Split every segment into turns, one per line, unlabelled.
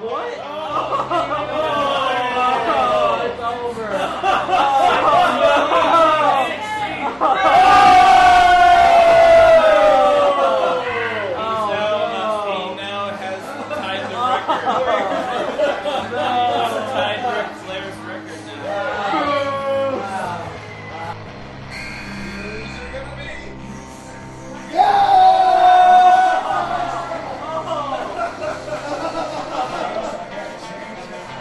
What? it's over.
Now,
Oh.
he now has tied the record. tied Ric Flair's record now.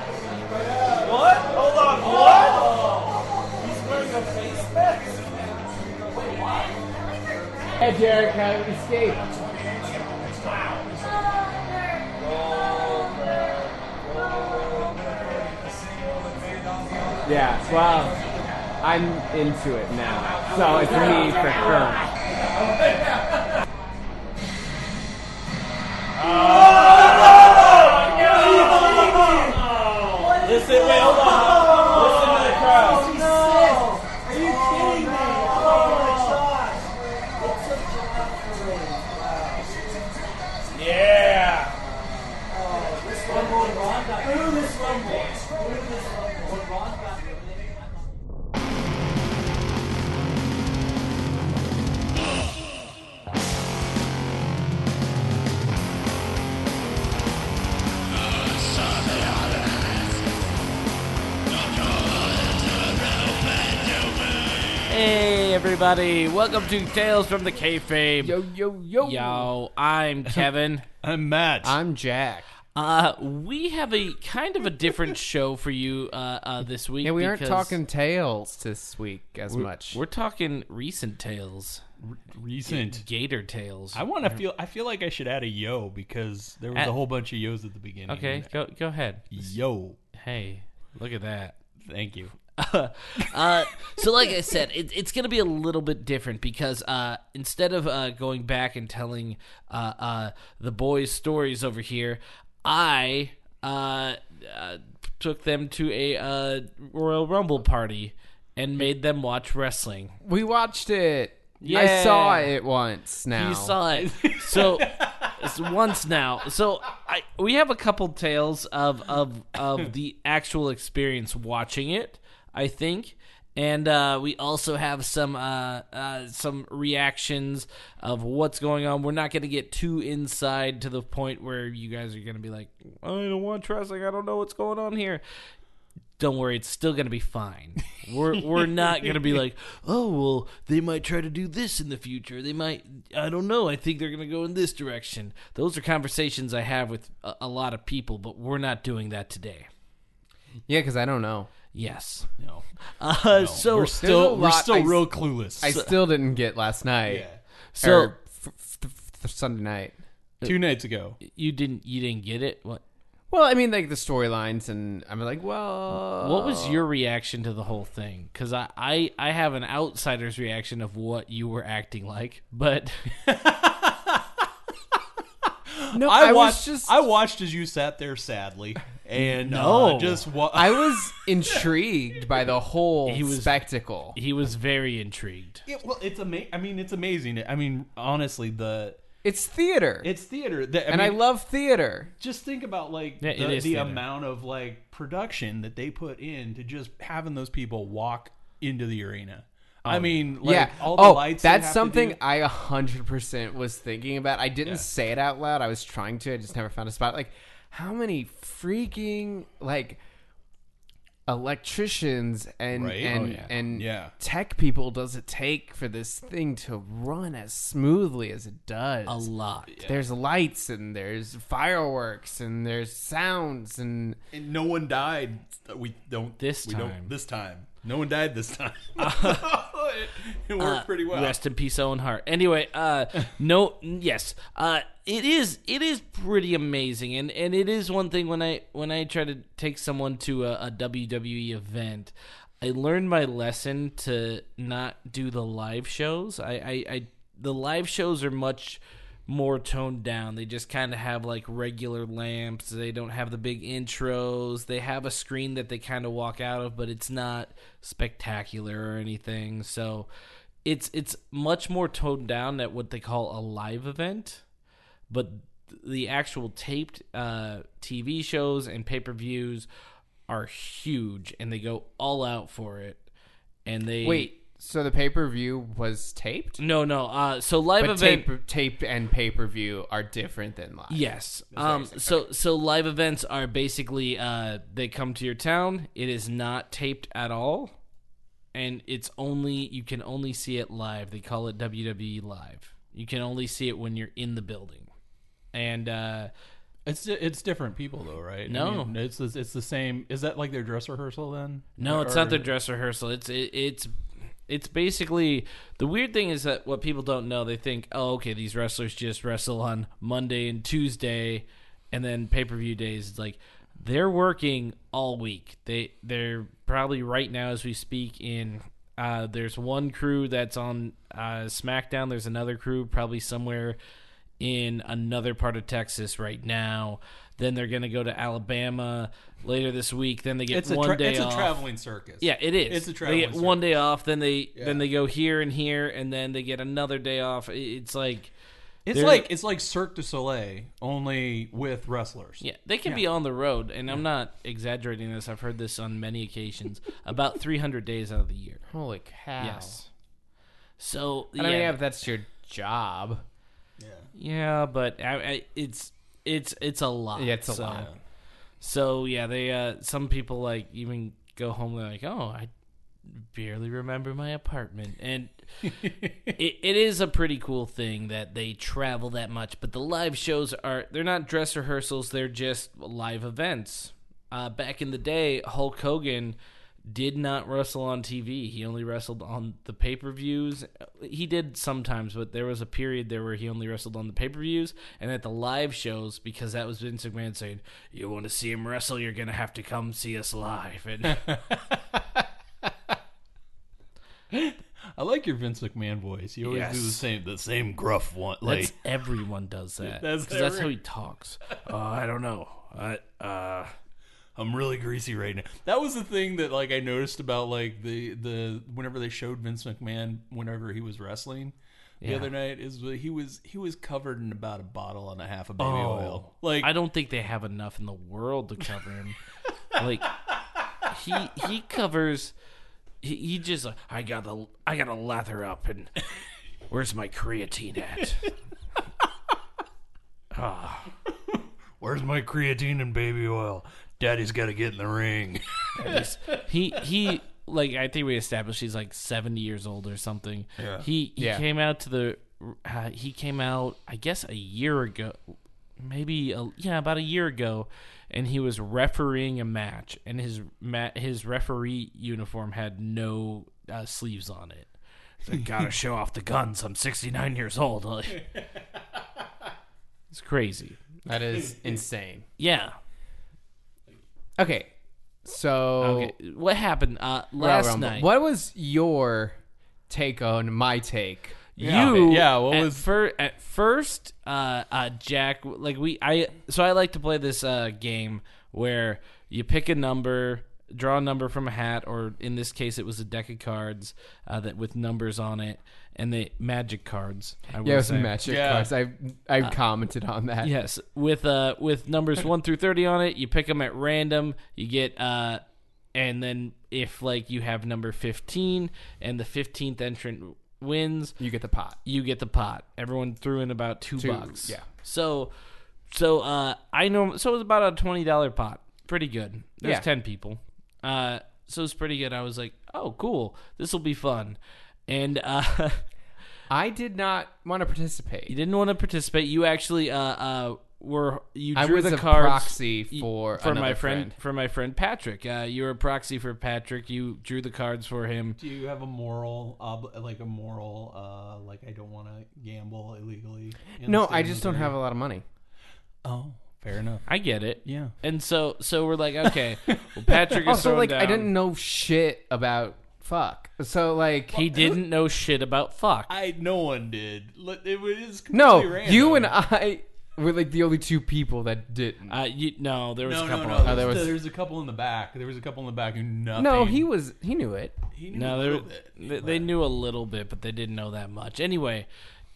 What? Hold on, what? He's wearing a face mask?
Hey, Derek, how did we escape? Yeah, well, I'm into it now, so it's me for her.
Listen, wait, hold on. Listen to the crowd. Yeah.
Hey, everybody. Welcome to Tales from the Kayfabe.
Yo, yo, yo.
Yo, I'm Kevin.
I'm Matt.
I'm Jack.
Uh, we have a kind of a different show for you uh, uh, this week.
Yeah, we aren't
because
talking tails this week as much.
We're talking recent tales,
recent.
gator tales.
I want to feel. I feel like I should add a yo because there was
At-
a whole bunch of yos at the beginning.
okay, go go ahead.
Yo.
Hey, look at that.
Thank you.
uh, so like I said, it, it's going to be a little bit different because uh, instead of uh, going back and telling uh, uh, the boys stories over here, I uh, uh, took them to a uh, Royal Rumble party and made them watch wrestling.
We watched it. I
Yeah.
saw it once now.
You saw it. So it's once now. So I we have a couple tales of of of the actual experience watching it, I think. And uh, we also have some uh, uh, some reactions of what's going on. We're not going to get too inside to the point where you guys are going to be like, "I don't want wrestling. I don't know what's going on here." don't worry, it's still gonna be fine. We're we're not gonna be like, oh well, they might try to do this in the future. They might, I don't know. I think they're gonna go in this direction. Those are conversations I have with a, a lot of people, but we're not doing that today.
Yeah, because I don't know.
Yes.
No.
Uh, so
we're
There's a
still we're
lot
still
I s-
real clueless.
I still didn't get last night.
yeah.
so
Or f- f- f- Sunday night.
Two nights ago.
you didn't you didn't get it. What
Well, I mean, like the storylines, and I'm like, well,
what
Uh,
was your reaction to the whole thing? Because I, I I have an outsider's reaction of what you were acting like, but
No,
I,
I,
watched.
was just,
I
I,
watched as you sat there sadly, and
No.
uh, just wa-
was intrigued by the whole
He was-
spectacle.
he was very intrigued.
It- well, it's amazing. I mean, it's amazing. I mean, honestly, the
it's theater,
it's theater. The, I
and
mean,
I love theater.
just think about like
Yeah, it
the,
is
the
theater.
amount of like production that they put in to just having those people walk into the arena. I mean, like
yeah.
all the
oh,
lights. they
that's
have to
something
do-
I 100% was thinking about. I didn't
Yeah.
say it out loud. I was trying to. I just never found a spot. Like, how many freaking like electricians and
Right?
and
Oh, yeah.
and
Yeah.
tech people does it take for this thing to run as smoothly as it does?
A lot.
There's lights and there's fireworks and there's sounds and
and no one died. We don't
This
we
time.
Don't, this time, no one died this time. it, it worked
uh,
pretty well.
Rest in peace, Owen Hart. Anyway, uh, no, yes, uh, it is. It is pretty amazing, and and it is one thing when I when I try to take someone to a, a WWE event. I learned my lesson to not do the live shows. I, I, I the live shows are much more toned down. They just kind of have like regular lamps. They don't have the big intros. They have a screen that they kind of walk out of, but it's not spectacular or anything. So it's it's much more toned down at what they call a live event. But the actual taped uh, TV shows and pay per views are huge, and they go all out for it. And they
Wait, so the pay per view was taped?
no, no. Uh, so live
But
event
tape, taped and pay per view are different than live.
Yes. Um. So so live events are basically uh they come to your town. It is not taped at all, and it's only you can only see it live. They call it WWE live. You can only see it when you're in the building, and uh,
It's it's different people though, right? I
No.
mean, it's the- it's the same. Is that like their dress rehearsal then?
no,
Or-
it's not
or-
the dress rehearsal. It's it, it's it's basically the weird thing is that what people don't know they think oh okay these wrestlers just wrestle on Monday and Tuesday, and then pay per view days. It's like they're working all week. They they're probably right now as we speak in. Uh, there's one crew that's on uh, SmackDown. There's another crew probably somewhere in another part of Texas right now. Then they're gonna go to Alabama later this week. Then they get
It's a
one
tra-
day
it's
off.
a traveling circus.
Yeah, it is.
It's a
They
traveling
get
circus.
one day off, then they then
Yeah.
they go here and here, and then they get another day off. I- It's like
It's
They're-
like it's like Cirque du Soleil only with wrestlers.
yeah, they can be on the road, and I'm not exaggerating this. I've heard this on many occasions. about 300 days out of the year.
Holy cow.
Yes. So
And I mean,
yeah,
if that's your job,
yeah, but I, I, it's it's it's a lot.
yeah, it's a
so-
lot.
So yeah, they uh some people like even go home they're like, "Oh, I barely remember my apartment." And it, it is a pretty cool thing that they travel that much, but the live shows are they're not dress rehearsals, they're just live events. Uh, back in the day, Hulk Hogan did not wrestle on TV. He only wrestled on the pay-per-views. He did sometimes, but there was a period there where he only wrestled on the pay-per-views and at the live shows because that was Vince McMahon saying, "You want to see him wrestle, you're going to have to come see us live." And
I like your Vince McMahon voice. You always do the
Yes.
same the same gruff one.
That's
Like
everyone does that.
That's
'Cause that's
every-
how he talks. Uh, I don't know. I, uh,
I'm really greasy right now. That was the thing that like I noticed about like the the whenever they showed Vince McMahon whenever he was wrestling the other night is that he was he was covered in about a bottle and a half of baby oil. Like
Oh, I don't think they have enough in the world to cover him. like he he covers. He, he just like, I gotta I gotta lather up and where's my creatine at?
where's my creatine and baby oil? Daddy's got to get in the ring.
He's- he he like I think we established he's like 70 years old or something.
Yeah.
He he
Yeah.
came out to the uh, he came out I guess a year ago maybe a, yeah about a year ago and he was refereeing a match and his ma- his referee uniform had no uh, sleeves on it. He's like, gotta show off the guns. I'm 69 years old. Like, it's crazy.
That is insane.
Yeah.
Okay, so
Okay. What happened uh,
Royal
last
Rumble.
night?
what was your take on my take?
you
Yeah, what
at
was-
fir- at first uh uh jack like we i so i like to play this uh game where you pick a number draw a number from a hat or in this case it was a deck of cards uh, that with numbers on it and they magic cards I would
Yeah, it was
say.
magic
Yeah.
cards. I I commented on that.
Yes, with uh with numbers one through thirty on it, you pick them at random. You get uh, and then if like you have number fifteen and the fifteenth entrant wins,
You get the pot.
you get the pot. Everyone threw in about two, bucks.
yeah.
So, so uh, I know. So it was about a twenty dollar pot. Pretty good. There's
Yeah.
ten people. Uh, so it's pretty good. I was like, oh, cool. This will be fun. And uh,
I did not want to participate.
you didn't want to participate. You actually uh, uh, were you
I
drew
was
the
a
cards
proxy
y-
for
for my
another
friend,
friend.
for my friend Patrick. Uh, you were a proxy for Patrick. You drew the cards for him.
Do you have a moral, ob- like a moral, uh, like I don't want to gamble illegally? in the
No,
state
I
of
just don't
Missouri?
have a lot of money.
Oh, fair enough.
I get it.
Yeah.
And so, so we're like, okay. Well, Patrick is
Also,
throwing
like I
down.
didn't know shit about fuck. So like
He didn't know shit about fuck.
I no one did. Look, It was
no,
completely random.
you and I were like the only two people that didn't.
Uh, you, no, there was
No,
a
no,
couple.
no.
of-
There's,
there was-
there was a couple in the back. There was a couple in the back who nothing.
no, he was he knew it.
he knew
no,
a
there-
little bit.
they, they knew a little bit, but they didn't know that much. Anyway,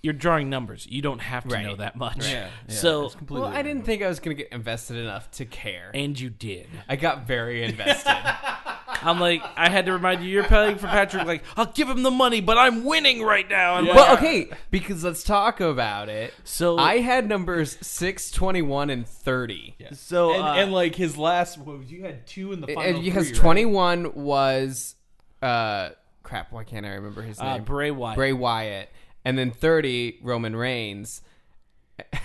you're drawing numbers. You don't have to
Right.
know that much.
Yeah, yeah,
so
it's completely
Well, I didn't think I was going to get invested enough to care.
and you did.
I got very invested.
I'm like, I had to remind you, you're paying for Patrick. Like, I'll give him the money, but I'm winning right now. I'm like,
Well, okay, because let's talk about it.
So-
I had numbers 6, 21, and 30.
Yeah.
So,
and,
uh,
and like his last, what was- you had two in the final.
And because
three, right?
21 was uh crap, why can't I remember his
uh,
name?
Bray Wyatt
Bray Wyatt. And then 30 Roman Reigns.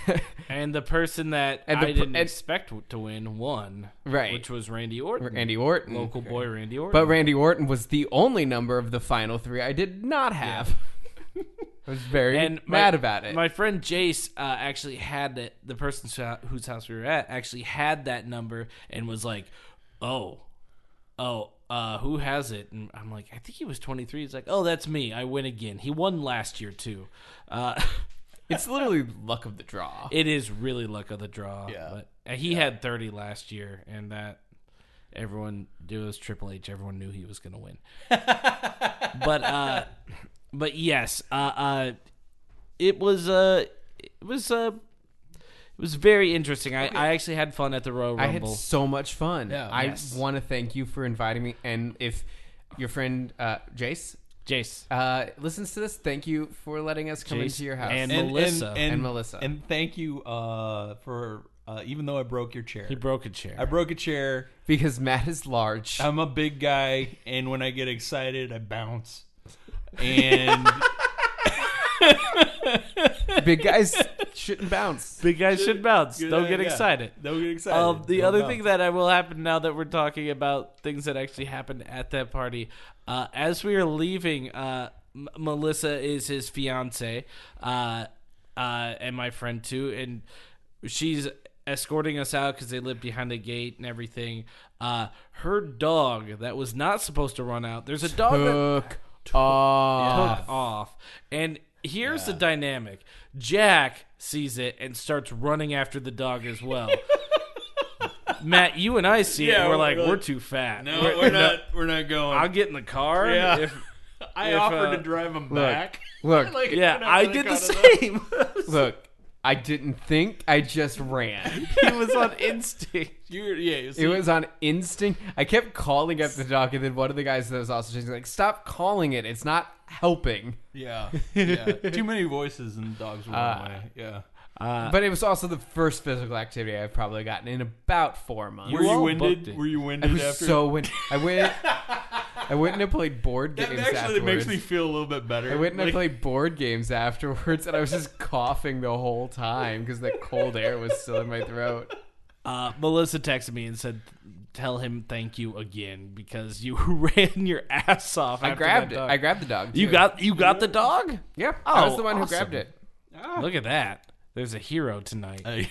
and the person that
And the
I
per-
didn't
and-
expect to win won,
Right.
Which was Randy Orton,
Randy Orton.
local boy Randy Orton.
But Randy Orton was the only number of the final 3 I did not have. I was very
and my-
mad about it.
My friend Jace uh, actually had it. The person who- whose house we were at actually had that number and was like, "Oh, oh, uh, who has it?" And I'm like, "I think he was 23." He's like, "Oh, that's me. I win again. He won last year too." Uh,
it's literally luck of the draw.
it is really luck of the draw.
Yeah.
but and he had 30 last year, and that everyone it was Triple H. Everyone knew he was going to win. but uh, but yes, uh, uh, it was uh, it was uh, it was very interesting. I, I actually had fun at the Royal
I had
Rumble.
so much fun.
Yeah.
I
Yes.
want to thank you for inviting me. And if your friend uh, Jace
Jace,
uh, listens to this, thank you for letting us come
Jace
into your house.
and- Melissa.
And Melissa.
And thank you uh, for uh, even though I broke your chair.
he broke a
I
chair.
broke a chair.
because Matt is large.
Oh.
I'm a big guy, and when I get excited, I bounce. And
Big guys shouldn't bounce.
Big guys should bounce. Don't get
Yeah.
excited.
Don't get excited. Oh,
Um, the
Don't
other
bounce.
thing that I will happen now that we're talking about things that actually happened at that party, uh, as we are leaving, uh, M- Melissa is his fiance, uh, uh, and my friend too, and she's escorting us out because they live behind a gate and everything. Uh, her dog that was not supposed to run out. There's a dog that
Look off.
took off. And here's the dynamic Jack sees it and starts running after the dog as well. Matt, you and I see it,
Yeah,
and we're
we're
like,
like,
we're too fat.
No, we're not. We're not going.
I'll get in the car.
Yeah.
if-
I
if,
offered
uh,
to drive him back.
Look,
Like,
yeah,
we're not
I
gonna
did
go
the
to that.
same.
look. I didn't think. I just ran.
he was on instinct.
You were- yeah,
It was on instinct. I kept calling up the dog, and then one of the guys that was also chasing, like, stop calling it. It's not helping.
yeah, yeah. Too many voices and dogs were
Ah.
Uh,
away. Yeah.
but it was also the first physical activity I've probably gotten in about four months.
Were you
all booked
winded?
it.
Were you
I
winded
was
after?
so win- I went. I went and I played board
that
games
actually
afterwards.
makes me feel a little bit better.
I went and I
Like,
played board games afterwards, and I was just coughing the whole time because the cold air was still in my throat.
Uh, Melissa texted me and said, tell him thank you again because you ran your ass off.
I
after
grabbed
that
it.
dog.
I grabbed the dog.
you
too.
got you got the dog.
Yep.
Oh,
I was the one who
awesome.
grabbed it.
Look at that. There's a hero tonight.
I-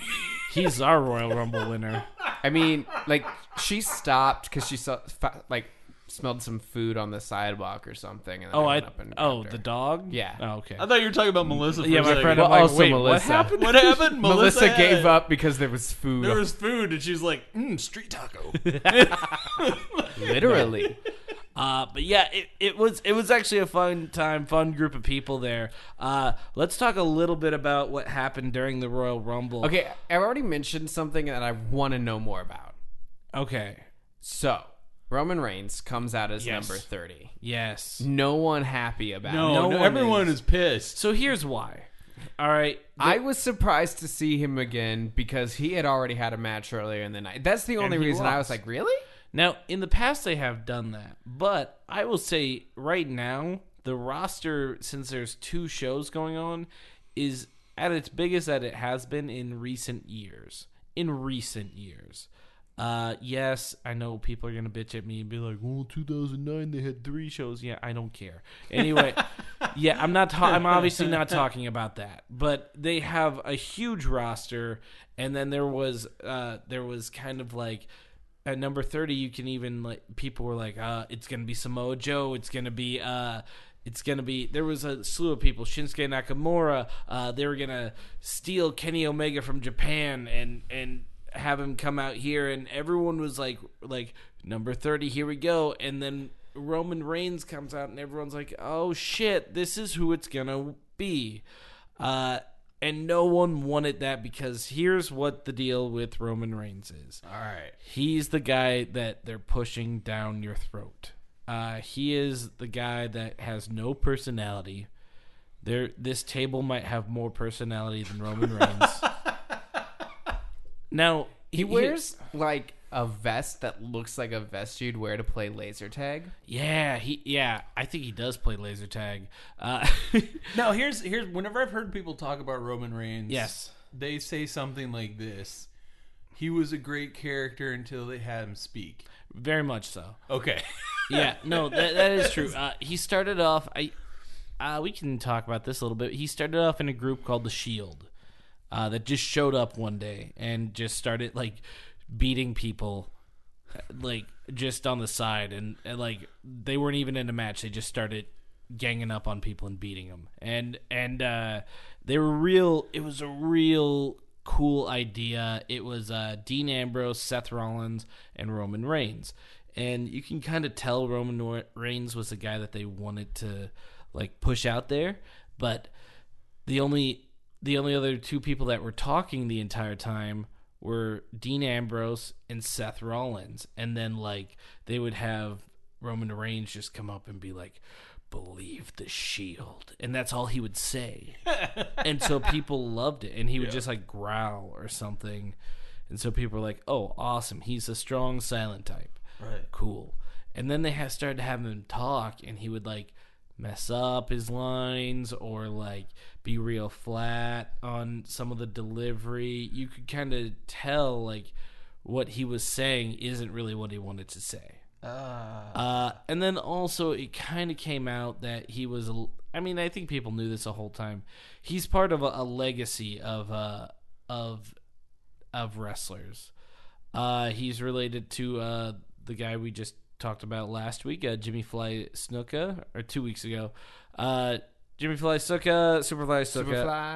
He's our Royal Rumble winner.
I mean, like she stopped because she saw fa- like smelled some food on the sidewalk or something. And then I
Oh, I.
went up and
Oh,
grabbed
the
her.
dog.
Yeah.
Oh, okay.
I thought you were talking about Melissa. For
yeah,
a
my
second.
friend.
Well,
I'm like,
also
wait, what
Melissa.
happened?
What happened?
Melissa,
Melissa
gave
had-
up because there was food.
There was food, and she's like, mm, "Street taco."
literally.
Uh, but yeah, it, it was it was actually a fun time, fun group of people there. Uh, let's talk a little bit about what happened during the Royal Rumble.
okay, I've already mentioned something that I want to know more about.
Okay.
So Roman Reigns comes out as
Yes.
number thirty.
Yes.
No one happy about. it.
No,
No
Oh, no,
one
everyone is, pissed.
So here's why. All right.
I was surprised to see him again because he had already had a match earlier in the night. That's the only
he
reason I was
lost.
like, really?
Now, in the past, they have done that, but I will say right now, the roster, since there's two shows going on, is at its biggest that it has been in recent years. In recent years. Uh, yes, I know people are going to bitch at me and be like, well, 2009, they had three shows. Yeah, I don't care. Anyway, yeah, I'm not, ta- I'm obviously not talking about that, but they have a huge roster. And then there was, uh, there was kind of like, at number 30 you can even like people were like uh it's gonna be samoa joe it's gonna be uh it's gonna be there was a slew of people shinsuke nakamura uh they were gonna steal kenny omega from japan and and have him come out here and everyone was like like number 30 here we go and then roman reigns comes out and everyone's like oh shit this is who it's gonna be Uh, and no one wanted that because here's what the deal with Roman Reigns is.
All right.
He's the guy that they're pushing down your throat. Uh, he is the guy that has no personality. There, this table might have more personality than Roman Reigns. now
He wears like a vest that looks like a vest you'd wear to play laser tag.
yeah, he yeah. I think he does play laser tag. Uh,
Now here's here's whenever I've heard people talk about Roman Reigns,
Yes.
they say something like this: he was a great character until they had him speak.
very much so.
Okay,
yeah, no, that, that is true. Uh, he started off. I, uh, we can talk about this a little bit. He started off in a group called the Shield, uh, that just showed up one day and just started like beating people, uh, like just on the side, and, and like they weren't even in a match. They just started ganging up on people and beating them, and and uh, they were real. It was a real cool idea. It was uh, Dean Ambrose, Seth Rollins, and Roman Reigns. And you can kind of tell Roman Nor- Reigns was the guy that they wanted to like push out there, but the only the only other two people that were talking the entire time were Dean Ambrose and Seth Rollins. And then like they would have Roman Reigns just come up and be like, "Believe the Shield," and that's all he would say and so people loved it and he would just like growl or something and so people were like oh awesome he's a strong silent type
Right.
cool and then they ha started to have him talk and he would like mess up his lines or like be real flat on some of the delivery you could kind of tell like what he was saying isn't really what he wanted to say uh, and then also, it kind of came out that he was. a- I mean, I think people knew this the whole time. He's part of a, a legacy of uh, of of wrestlers. Uh, he's related to uh, the guy we just talked about last week, uh, Jimmy Fly Snuka, or two weeks ago. Uh, Jimmy Fly Snuka, Superfly Snuka,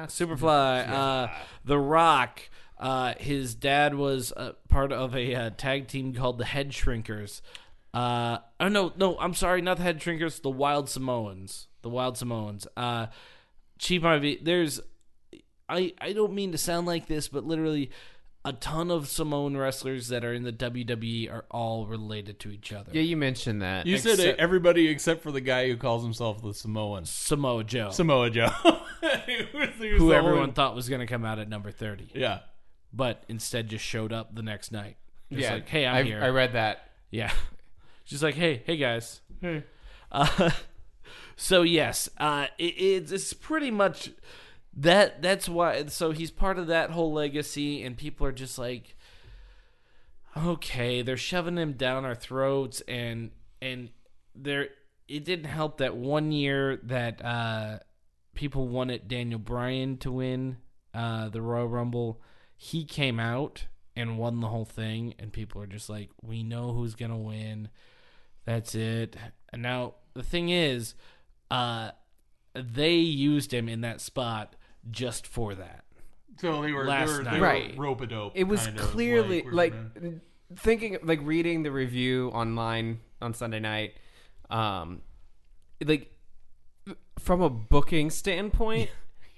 Superfly.
Superfly, uh, The Rock. Uh, his dad was uh, part of a uh, tag team called the Head Shrinkers. Uh, oh no, no, I'm sorry, not the Head Shrinkers, the Wild Samoans, the Wild Samoans. Uh, Chief Ivy, there's I, I don't mean to sound like this, but literally a ton of Samoan wrestlers that are in the WWE are all related to each other.
Yeah, you mentioned that.
you said
Except-
everybody except for the guy who calls himself the Samoan,
Samoa Joe,
Samoa Joe,
who everyone thought was going to come out at number 30,
yeah,
but instead just showed up the next night. Just
yeah,
like, hey, I'm
I,
here.
I read that.
Yeah. She's like, hey, hey guys. Hey. Uh, so yes, uh, it, it's it's pretty much that. That's why. So he's part of that whole legacy, and people are just like, okay, they're shoving him down our throats, and and there. It didn't help that one year that uh, people wanted Daniel Bryan to win uh, the Royal Rumble. He came out and won the whole thing, and people are just like, we know who's gonna win. That's it. And now the thing is, uh, they used him in that spot just for that.
so they were
Last
they were,
night.
Right.
rope a dope.
It was clearly like, thinking, like reading the review online on Sunday night, um, like from a booking standpoint,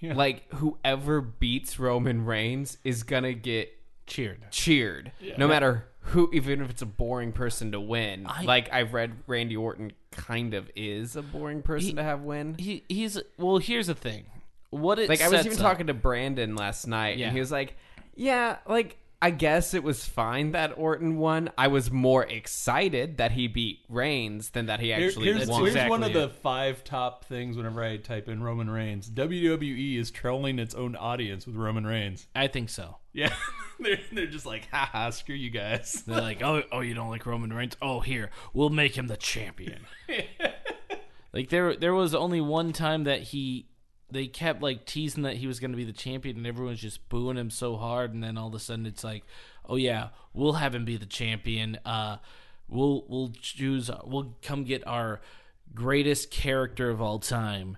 like whoever beats Roman Reigns is gonna get
Cheered.
cheered, no matter who, even if it's a boring person to win.
I-
like I've read, Randy Orton kind of is a boring person to have win.
He he's well. Here's the thing. What it
like I was
sets
even
up-
talking to Brandon last night,
Yeah.
and he was like, "Yeah, like I guess it was fine that Orton won. I was more excited that he beat Reigns than that he
Here-
actually
here's,
won."
here's one of
exactly
the five top things whenever I type in Roman Reigns. WWE is trolling its own audience with Roman Reigns.
I think so.
Yeah, they're, they're just like, ha ha, screw you guys.
They're like, oh, oh, you don't like Roman Reigns? Oh, here, we'll make him the champion. like there, there was only one time that he, they kept like teasing that he was going to be the champion, and everyone's just booing him so hard, and then all of a sudden it's like, oh yeah, we'll have him be the champion. Uh, we'll we'll choose, we'll come get our greatest character of all time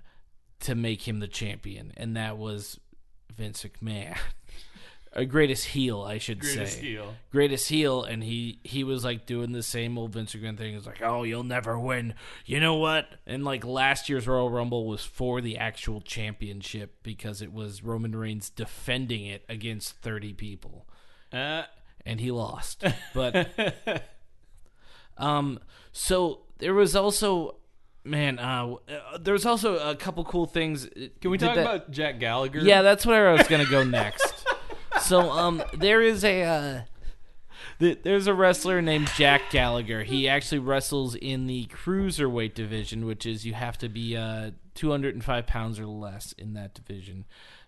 to make him the champion, and that was Vince McMahon. uh, greatest heel, I should
Greatest
say,
heel.
greatest heel, and he he was like doing the same old Vince McMahon thing. He's like, oh, you'll never win. You know what? And like last year's Royal Rumble was for the actual championship because it was Roman Reigns defending it against thirty people
Uh,
and he lost. But um, so there was also man, uh, uh, there was also a couple cool things.
can we
Did
talk
that-
about Jack Gallagher?
Yeah, that's where I was gonna go next. so um, there is a. Uh, th- there's a wrestler named Jack Gallagher. He actually wrestles in the cruiserweight division, which is you have to be uh, 205 pounds or less in that division,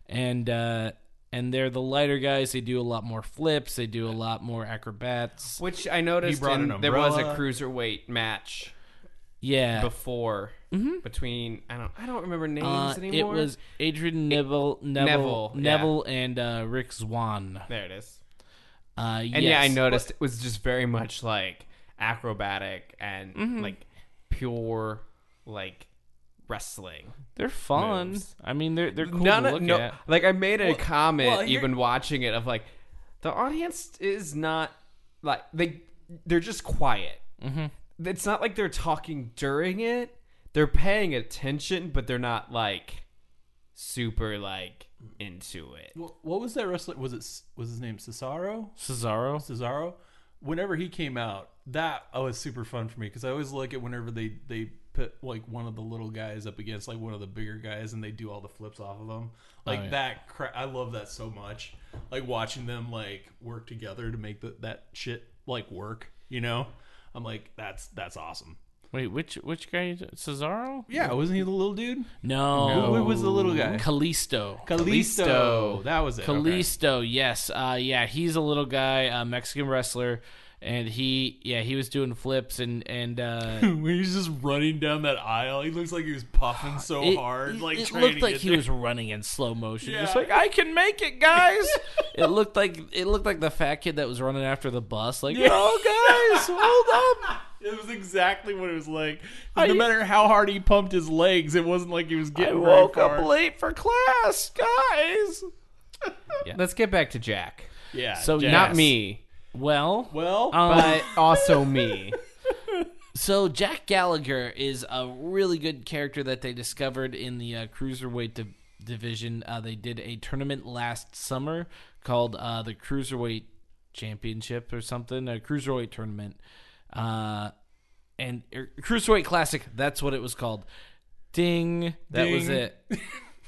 and uh, and they're the lighter guys. They do a lot more flips. They do a lot more acrobats.
Which I noticed
He brought
in-
an
there was a
umbrella.
cruiserweight match
Yeah,
before between I don't I don't remember names
Mm-hmm. Uh, it
anymore.
was Adrian Neville, Neville,
Neville, yeah.
Neville, and uh, Rick Swan.
there it is.
Uh,
And yeah, I
yes.
noticed it was just very much like acrobatic and like pure like wrestling.
They're fun.
moves.
I mean, they're they're cool
None
to
of-
look
no,
at.
like I made a comment
well, here-
even watching it of like the audience is not like they they're just quiet. Mm-hmm. It's not like they're talking during it. They're paying attention, but they're not like super like into it.
Wh- What was that wrestler? Was it S- was his name Cesaro?
Cesaro.
Cesaro. Whenever he came out, that oh, was super fun for me because I always like it whenever they they put like one of the little guys up against like one of the bigger guys and they do all the flips off of them. Like
yeah.
that, cra- I love that so much. Like watching them like work together to make the, that shit like work. You know, I'm like that's that's awesome.
Wait, which which guy? is it? Cesaro?
Yeah, wasn't he the little dude?
No.
Who was the little guy?
Kalisto.
Kalisto. That was it. Okay.
Kalisto, yes. Uh, yeah, he's a little guy, a Mexican wrestler, and he, yeah, he was doing flips and and uh,
when he's just running down that aisle, he looks like he was puffing so
it,
hard,
it-
like
it
trying
looked
to
like
get
he
there.
was running in slow motion, just
Yeah.
like I can make it, guys. it looked like it looked like the fat kid that was running after the bus, like oh guys, hold up.
It was exactly what it was like.
I-
no matter how hard he pumped his legs, it wasn't like he was
I
getting very
woke
far.
up late for class, guys.
Let's get back to Jack.
Yeah.
So,
Jack-
Not
Yes.
me,
Well,
Well,
um,
but also me.
So Jack Gallagher is a really good character that they discovered in the uh, cruiserweight div- division. Uh, they did a tournament last summer called uh, the Cruiserweight Championship or something, a cruiserweight tournament, uh, and er, cruiserweight classic. That's what it was called. Ding! That was
Ding.
it.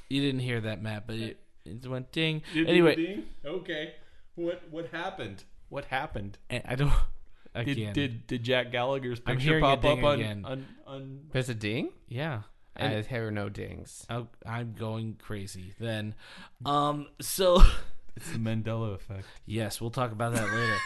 you didn't hear that, Matt, but it, it went ding.
did-
anyway,
did- okay. What what happened? What happened?
and I don't.
Did
Again,
did, did Jack Gallagher's picture
hearing a
pop up
ding
on,
again.
on on
There's a ding.
yeah.
I hear no dings.
I'll- Oh, I'm going crazy then. Um, so
It's the Mandela effect.
yes, we'll talk about that later.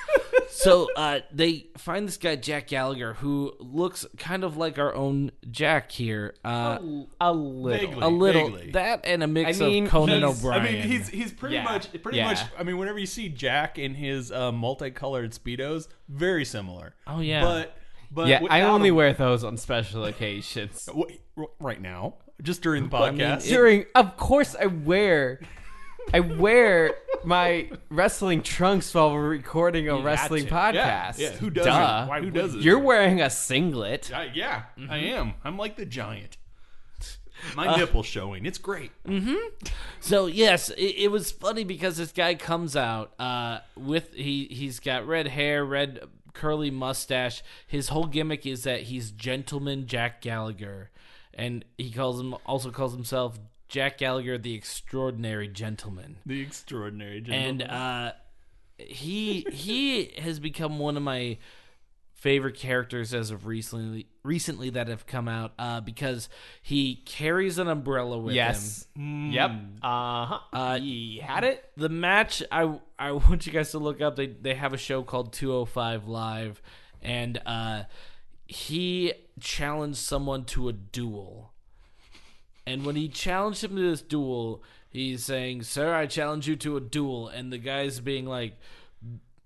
so uh, they find this guy Jack Gallagher who looks kind of like our own Jack here, uh,
A little.
a little
vaguely.
that and a mix
I mean,
of Conan
he's-
O'Brien.
I mean, he's he's pretty
Yeah.
much pretty
Yeah.
much. I mean, whenever you see Jack in his uh, multicolored speedos, very similar.
Oh, yeah.
but but
Yeah, I
without
only
him-
wear those on special occasions.
w- w- Um, right now, just during the
I mean,
podcast.
During, of course, I wear, I wear my wrestling trunks while we're recording a wrestling podcast.
yeah, yeah, who doesn't?
Duh.
Why, who doesn't?
You're Mm-hmm. wearing a singlet.
I, yeah, I am. I'm like the giant. My
Uh.
nipple's showing. It's great.
So yes, it, it was funny because this guy comes out uh, with he he's got red hair, red curly mustache. His whole gimmick is that he's gentleman Jack Gallagher, and he calls him also calls himself Jack Gallagher, the extraordinary gentleman.
The extraordinary
And
gentleman.
uh, he he has become one of my favorite characters as of recently recently that have come out uh, because he carries an umbrella with him.
Yes.
Mm.
Yep. Uh-huh.
Uh,
He had it.
The match I I want you guys to look up. They they have a show called 205 Live, and uh, he challenged someone to a duel. And when he challenged him to this duel, he's saying, "Sir, I challenge you to a duel," and the guy's being like.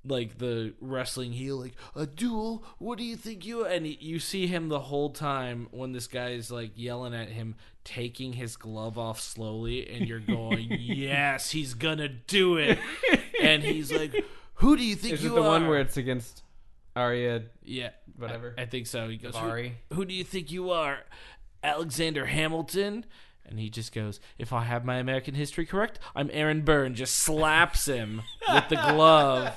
Like the wrestling heel, like a duel. What do you think you? And he, you see him the whole time when this guy's like yelling at him, taking his glove off slowly, and you're going, "Yes, he's gonna do it." and he's like, "Who do you think
Is
you
it the
are?"
one where it's against Arya?
yeah,
Whatever.
I, I think so. He goes, who,
Davari.
"Who do you think you are, Alexander Hamilton?" And he just goes, "If I have my American history correct, I'm Aaron Burr," and just slaps him with the glove.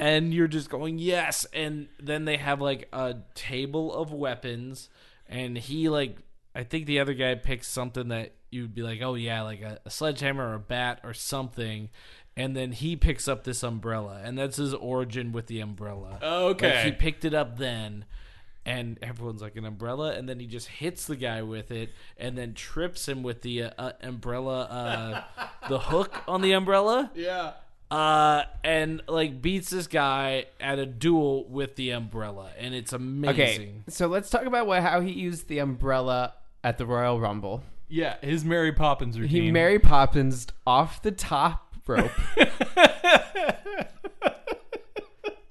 And you're just going, "Yes!" And then they have like a table of weapons, and he like, I think the other guy picks something that you'd be like, "Oh yeah, like a, a sledgehammer or a bat or something." And then he picks up this umbrella, and that's his origin with the umbrella.
Okay.
Like, he picked it up then, and everyone's like an umbrella, and then he just hits the guy with it, and then trips him with the uh, uh, umbrella, uh, the hook on the umbrella,
Yeah.
uh, and like beats this guy at a duel with the umbrella, and it's
Okay,
amazing.
so let's talk about what, how he used the umbrella at the Royal Rumble.
Yeah, his Mary Poppins routine.
He Mary Poppins off the top rope.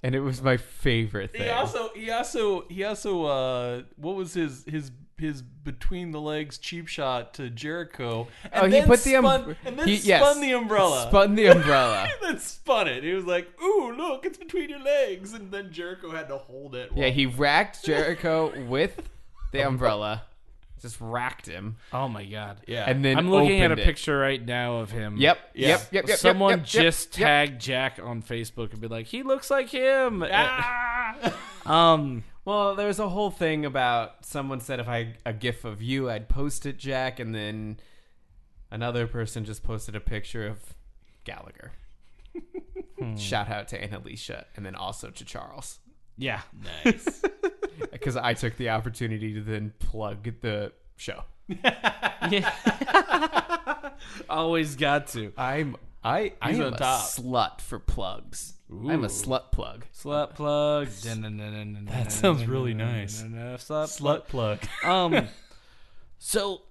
and it was my favorite thing.
He also he also he also uh what was his his his between the legs cheap shot to Jericho and
oh, he
then
put the
spun,
umbrella.
and then spun the umbrella.
Spun the umbrella.
then spun it. He was like, "Ooh, look, it's between your legs." And then Jericho had to hold it.
yeah, he racked Jericho with the umbrella. Just racked him.
Oh my god!
yeah.
And then
I'm looking at a
opened it.
picture right now of him.
Yep,
Yeah.
yep, yep, yep.
Someone
yep, yep,
just
yep.
tagged Jack on Facebook and be like, "He looks like him."
Ah!
Um,
Well, there was a whole thing about someone said if I a gif of you, I'd post it, Jack, and then another person just posted a picture of Gallagher. Shout out to Annalisa and then also to Charles
yeah,
nice.
because I took the opportunity to then plug the show.
Yeah. Always got to.
I'm I I'm
on
a
top.
slut for plugs. I'm a slut plug.
Slut plug.
That sounds really nice. Slut
Slut plug.
plug.
Um so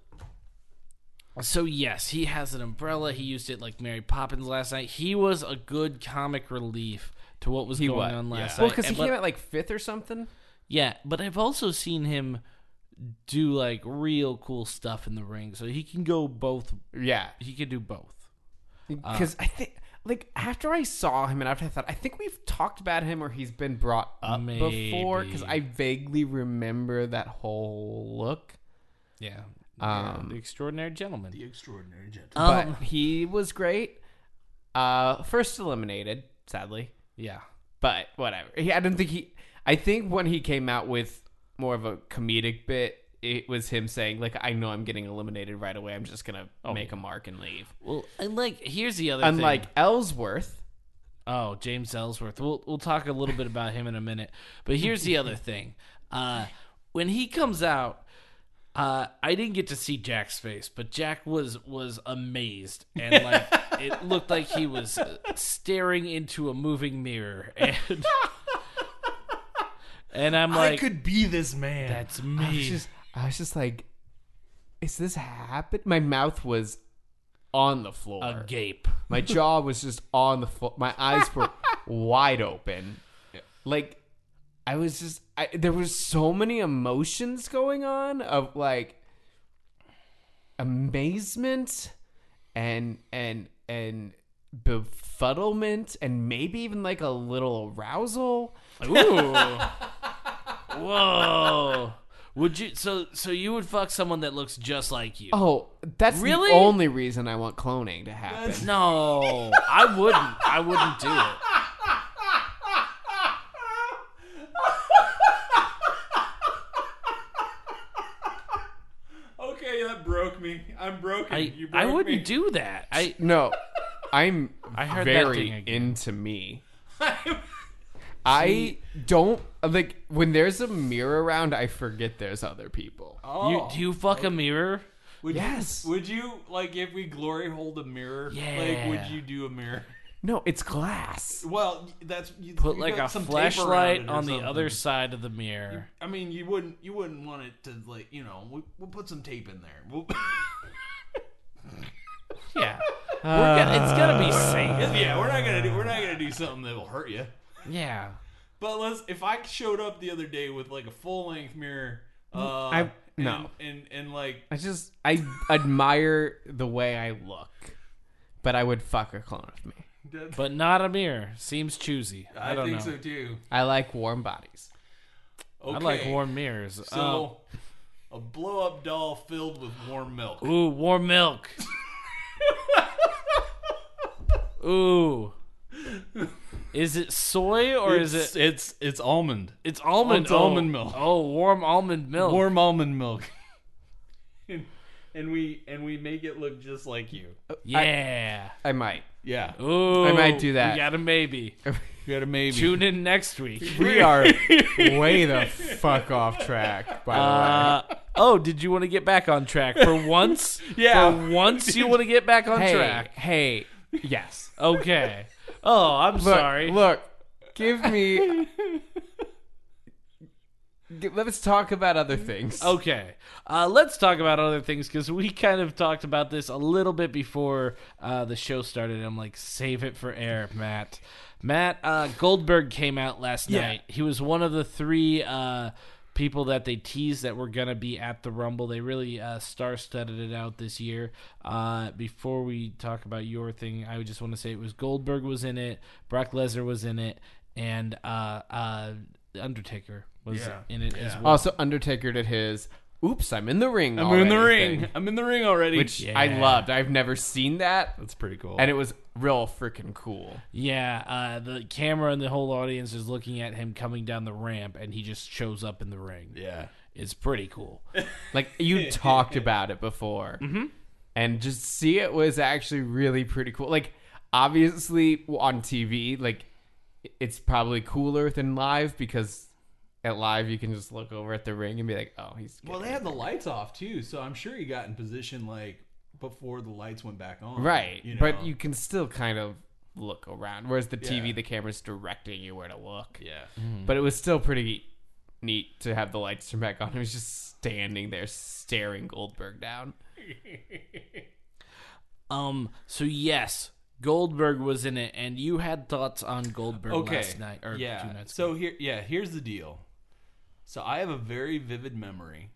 so yes, he has an umbrella. He used it like Mary Poppins last night. He was a good comic relief to what was going
was,
on last
yeah.
Well,
night.
because he
And but-
came out like fifth or something.
Yeah, but I've also seen him do like real cool stuff in the ring. So he can go both
Yeah,
he can do both. Uh.
because I think like after I saw him and after I thought I think we've talked about him or he's been brought up before because I vaguely remember that whole look.
Yeah.
Um,
the extraordinary gentleman.
The extraordinary gentleman.
Um,
but he was great. Uh, first eliminated, sadly,
yeah.
but whatever. He, I don't think he. I think when he came out with more of a comedic bit, it was him saying like, "I know I'm getting eliminated right away. I'm just gonna make a mark and leave."
Well, and like here's the other Oh. thing.
Unlike Ellsworth,
Oh, James Ellsworth. We'll we'll talk a little bit about him in a minute. But here's the other thing. Uh when he comes out, uh I didn't get to see Jack's face, but Jack was was amazed and like it looked like he was uh, staring into a moving mirror and And I'm like
could be this man.
that's
I was
me.
just, I was just like, "Is this happen?" My mouth was on the floor.
a gape.
My jaw was just on the floor. My eyes were wide open. Like I was just I, there was so many emotions going on of like amazement and and and befuddlement and maybe even like a little arousal.
Ooh. Whoa. Would you so so you would fuck someone that looks just like you?
Oh, that's
Really?
the only reason I want cloning to happen.
No, I wouldn't. I wouldn't do it.
Okay, that broke me. I'm broken.
I,
you broke
I wouldn't
me.
do that. I
No, I'm I
heard that
very
thing again.
into me. I don't like when there's a mirror around. I forget there's other people.
Oh.
you do you fuck a mirror?
Would
Yes.
You, would you like if we glory hold a mirror? Like,
Yeah.
would you do a mirror?
No, it's glass.
Well, that's you,
Put
you
like
got
a
some tape around
flashlight
it or
on the
something.
other side of the mirror.
I mean, you wouldn't you wouldn't want it to like you know we, we'll put some tape in there. We'll,
Yeah, We're gonna- it's gonna be
Uh.
safe.
yeah, we're not gonna do we're not gonna do something that will hurt you.
Yeah,
But let's if I showed up the other day with like a full length mirror, uh,
I- no.
and, and and like
I just I admire the way I look, but I would fuck a clone of me.
That-
but not a mirror. Seems choosy. I,
I,
don't
think
know.
so too.
I like warm bodies.
Okay.
I like warm mirrors. Uh,
So, a blow up doll filled with warm milk.
Um, Ooh, warm milk. Ooh. Is it soy or
It's-
is it
It's it's almond.
it's almond
it's
oh,
almond milk.
Oh, warm almond milk.
Oh.
Warm almond milk. and, and we and we make it look just like you.
yeah.
I might.
Yeah.
Ooh.
I might do that.
We got a maybe.
You had a maybe.
Tune in next week.
We are way the fuck off track, by the
Uh, oh, did you want to get back on track for once?
Yeah.
For once you want to get back on
way. Hey,
track.
hey, yes.
Okay. Oh, I'm
Look,
sorry.
Look, give me. G- Let's talk about other things.
Oh.
Okay. Uh, let's talk about other things because we kind of talked about this a little bit before uh, the show started. I'm like, save it for air, Matt. Matt uh, Goldberg came out last night. He was one of the three uh, people that they teased that were going to be at the Rumble. They really uh, star studded it out this year. Uh, before we talk about your thing, I would just want to say it was Goldberg was in it, Brock Lesnar was in it, and uh, uh, Undertaker was
Yeah.
in it as well.
Also, Undertaker did his. Oops, I'm in the ring.
I'm in the
already
ring.
thing,
I'm in the ring already.
which
Yeah.
I loved. I've never seen that,
that's pretty cool.
and it was real freaking cool.
Yeah, uh, the camera and the whole audience is looking at him coming down the ramp, and he just shows up in the ring.
yeah.
It's pretty cool.
Like you talked about it before,
Mm-hmm.
and just see it was actually really pretty cool. Like obviously on TV, like it's probably cooler than live because at live you can just look over at the ring and be like, oh, he's
Well, they had the lights off too, so I'm sure he got in position like before the lights went back on.
right,
you know?
but you can still kind of look around. Whereas the
Yeah.
TV, the camera's directing you where to look.
Yeah.
But it was still pretty neat to have the lights turn back on. He was just standing there staring Goldberg down.
Um, so yes, Goldberg was in it, and you had thoughts on Goldberg
Okay.
last night or two
yeah.
nights ago.
So here, yeah, here's the deal. So I have a very vivid memory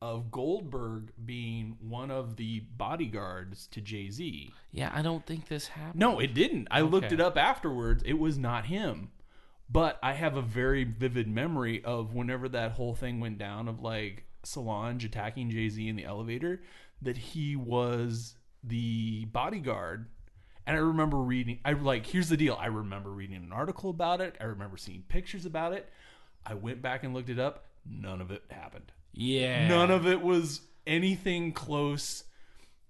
of Goldberg being one of the bodyguards to Jay Z.
Yeah, I don't think this happened.
No, it didn't. I looked it up afterwards. It was not him. But I have a very vivid memory of whenever that whole thing went down of like Solange attacking Jay Z in the elevator, that he was the bodyguard. And I remember reading, I like, here's the deal. I remember reading an article about it. I remember seeing pictures about it. I went back and looked it up. None of it happened.
Yeah.
None of it was anything close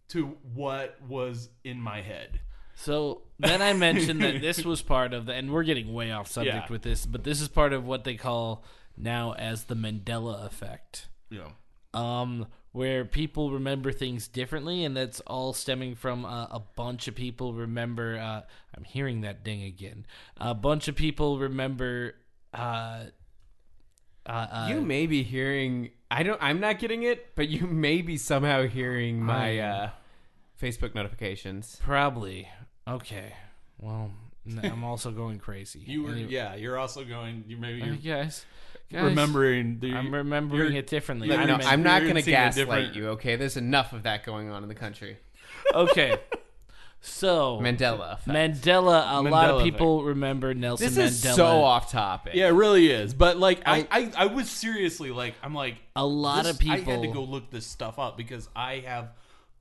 to what was in my head.
So then I mentioned that this was part of the, and we're getting way off subject
Yeah.
with this, but this is part of what they call now as the Mandela effect.
Yeah.
um, where people remember things differently, and that's all stemming from uh, a bunch of people remember. Uh, I'm hearing that ding again. A bunch of people remember. Uh, uh, uh,
You may be hearing I don't I'm not getting it, but you may be somehow hearing my uh Facebook notifications.
probably okay. Well, n- I'm also going crazy.
You were,
Anyway,
yeah. You're also going. You maybe
you
you're
guys, guys,
remembering. The,
I'm remembering
you're-
it differently.
Let
I
me
know,
mean,
I'm not
you're
going to
seeing a
gaslight
different-
you, okay? There's enough of that going on in the country.
okay, so
Mandela. effect.
Mandela. A lot
Mandela
of
effect.
people remember Nelson
this
Mandela.
is so off topic.
Yeah, it really is. But like, I, I, I was seriously like, I'm like
A lot
this-
of people.
I had to go look this stuff up because I have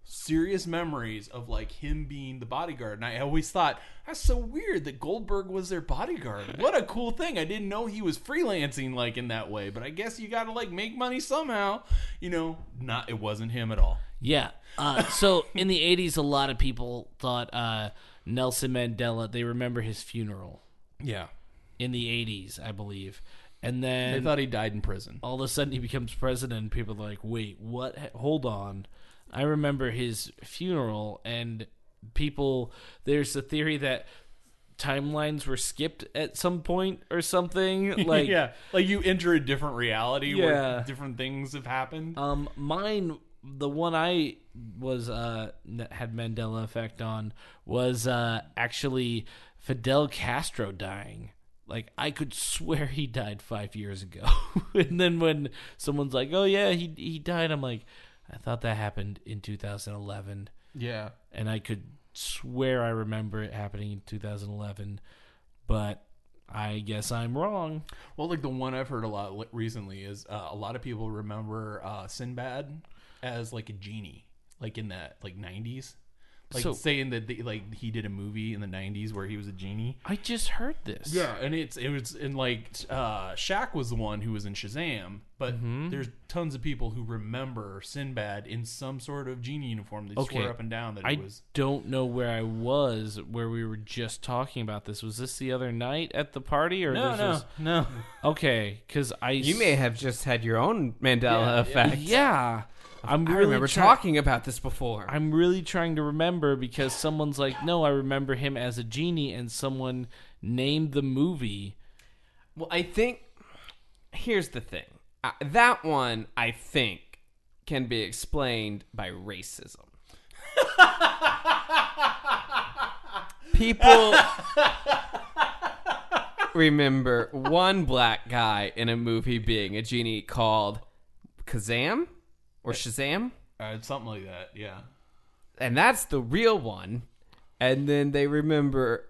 serious memories of like him being the bodyguard, and I always thought that's so weird that Goldberg was their bodyguard. What a cool thing! I didn't know he was freelancing like in that way, but I guess you got to like make money somehow. You know, not it wasn't him at all.
Yeah. Uh, so in the eighties, a lot of people thought uh, Nelson Mandela. They remember his funeral
Yeah,
in the eighties, I believe, and
they
then
thought he died in prison.
all of a sudden he becomes president. And people are like, "Wait, what? H- Hold on." I remember his funeral, and people. There's a theory that timelines were skipped at some point or something. Like,
yeah, like you enter a different reality
Yeah.
where different things have happened.
Um, mine, the one I was uh n- had Mandela effect on was uh actually Fidel Castro dying. Like I could swear he died five years ago, and then when someone's like, "Oh yeah, he he died," I'm like, "I thought that happened in 2011,"
yeah,
and I could swear I remember it happening in 2011, but I guess I'm wrong.
Well, like the one I've heard a lot li- recently is uh, a lot of people remember uh, Sinbad as like a genie, like in that like '90s, like
So-
saying that the, like he did a movie in the '90s where he was a genie.
I just heard this.
Yeah, and it's it was and like uh, Shaq was the one who was in Shazam, but
Mm-hmm.
there's tons of people who remember Sinbad in some sort of genie uniform. They
Okay.
swear up and down that
I
it was.
don't know where I was where we were just talking about this. Was this the other night at the party or this was
no.
okay? Because I
You may have just had your own Mandela effect.
yeah. I'm
I
really
remember
try-
talking about this before.
I'm really trying to remember because someone's like, no, I remember him as a genie, and someone named the movie.
Well, I think here's the thing. Uh, that one, I think, can be explained by racism. People remember one black guy in a movie being a genie called Kazam or Shazam,
Uh, something like that. Yeah.
and that's the real one. And then they remember,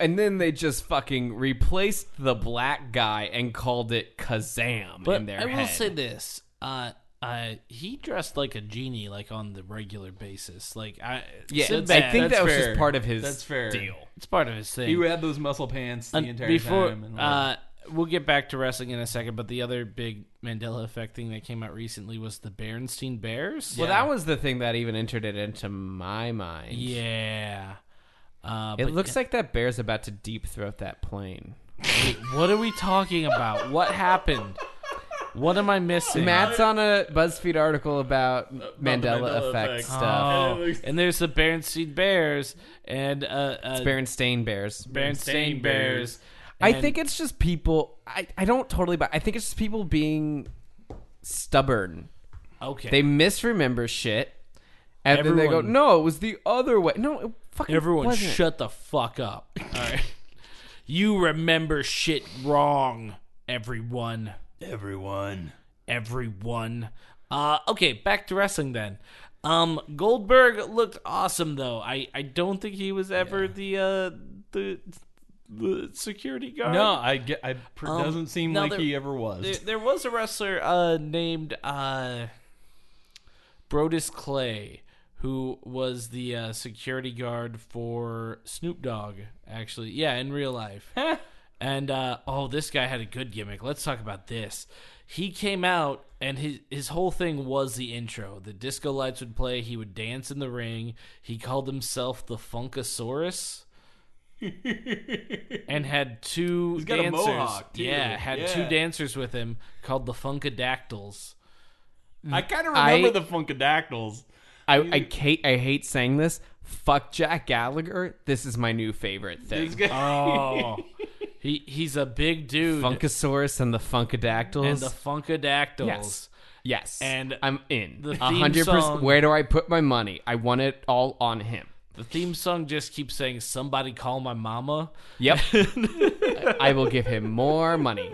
and then they just fucking replaced the black guy and called it Kazam
But
in their
I will
head.
say this: uh, uh, he dressed like a genie, like on the regular basis. Like I,
Yeah,
Sinbad,
I think
that's
that was
fair.
just part of his
That's fair.
deal.
it's part of his thing.
He had those muscle pants the
Un-
entire
before,
time. And like,
uh, we'll get back to wrestling in a second, but the other big Mandela effect thing that came out recently was the Berenstein Bears.
Well, that was the thing that even entered it into my mind.
Yeah. Uh,
It
but
looks like that bear's about to deep throat that plane.
wait, what are we talking about? What happened? What am I missing?
Matt's on a BuzzFeed article about Mandela,
Mandela
effect,
effect.
stuff.
Oh, and there's the Berenstein Bears and uh, uh,
Berenstain Bears.
Berenstain
Berenstain
Bears.
Bears.
I
And-
think it's just people. I, I don't totally buy. I think it's just people being stubborn.
okay.
They misremember shit, and then they go,
Everyone-
"No, it was the other way." No, it fucking
Everyone,
wasn't.
shut the fuck up. All right. you remember shit wrong, everyone.
everyone.
Everyone. Uh, okay, back to wrestling then. Um, Goldberg looked awesome though. I, I don't think he was ever the uh the the security guard.
No, I get. I pr- doesn't seem
Um, no,
like
there-
he ever was.
There, there was a wrestler uh, named uh, Brodus Clay who was the uh, security guard for Snoop Dogg, actually. Yeah, in real life. and uh, oh, this guy had a good gimmick. Let's talk about this. He came out and his his whole thing was the intro. The disco lights would play. He would dance in the ring. He called himself the Funkasaurus. and had 2
got a
dancers.
mohawk, too.
Yeah, had two
Yeah.
dancers with him called the Funkadactyls.
I kind of
I-
remember the Funkadactyls.
I, I hate I hate saying this. Fuck Jack Gallagher. This is my new favorite
This
thing.
guy-
Oh, he he's a big dude.
Funkasaurus and the Funkadactyls.
and the Funkadactyls.
Yes. yes,
and
I'm in.
the
A
theme
hundred
song-
percent. Where do I put my money? I want it all on him.
The theme song just keeps saying "Somebody call my mama."
Yep. I will give him more money.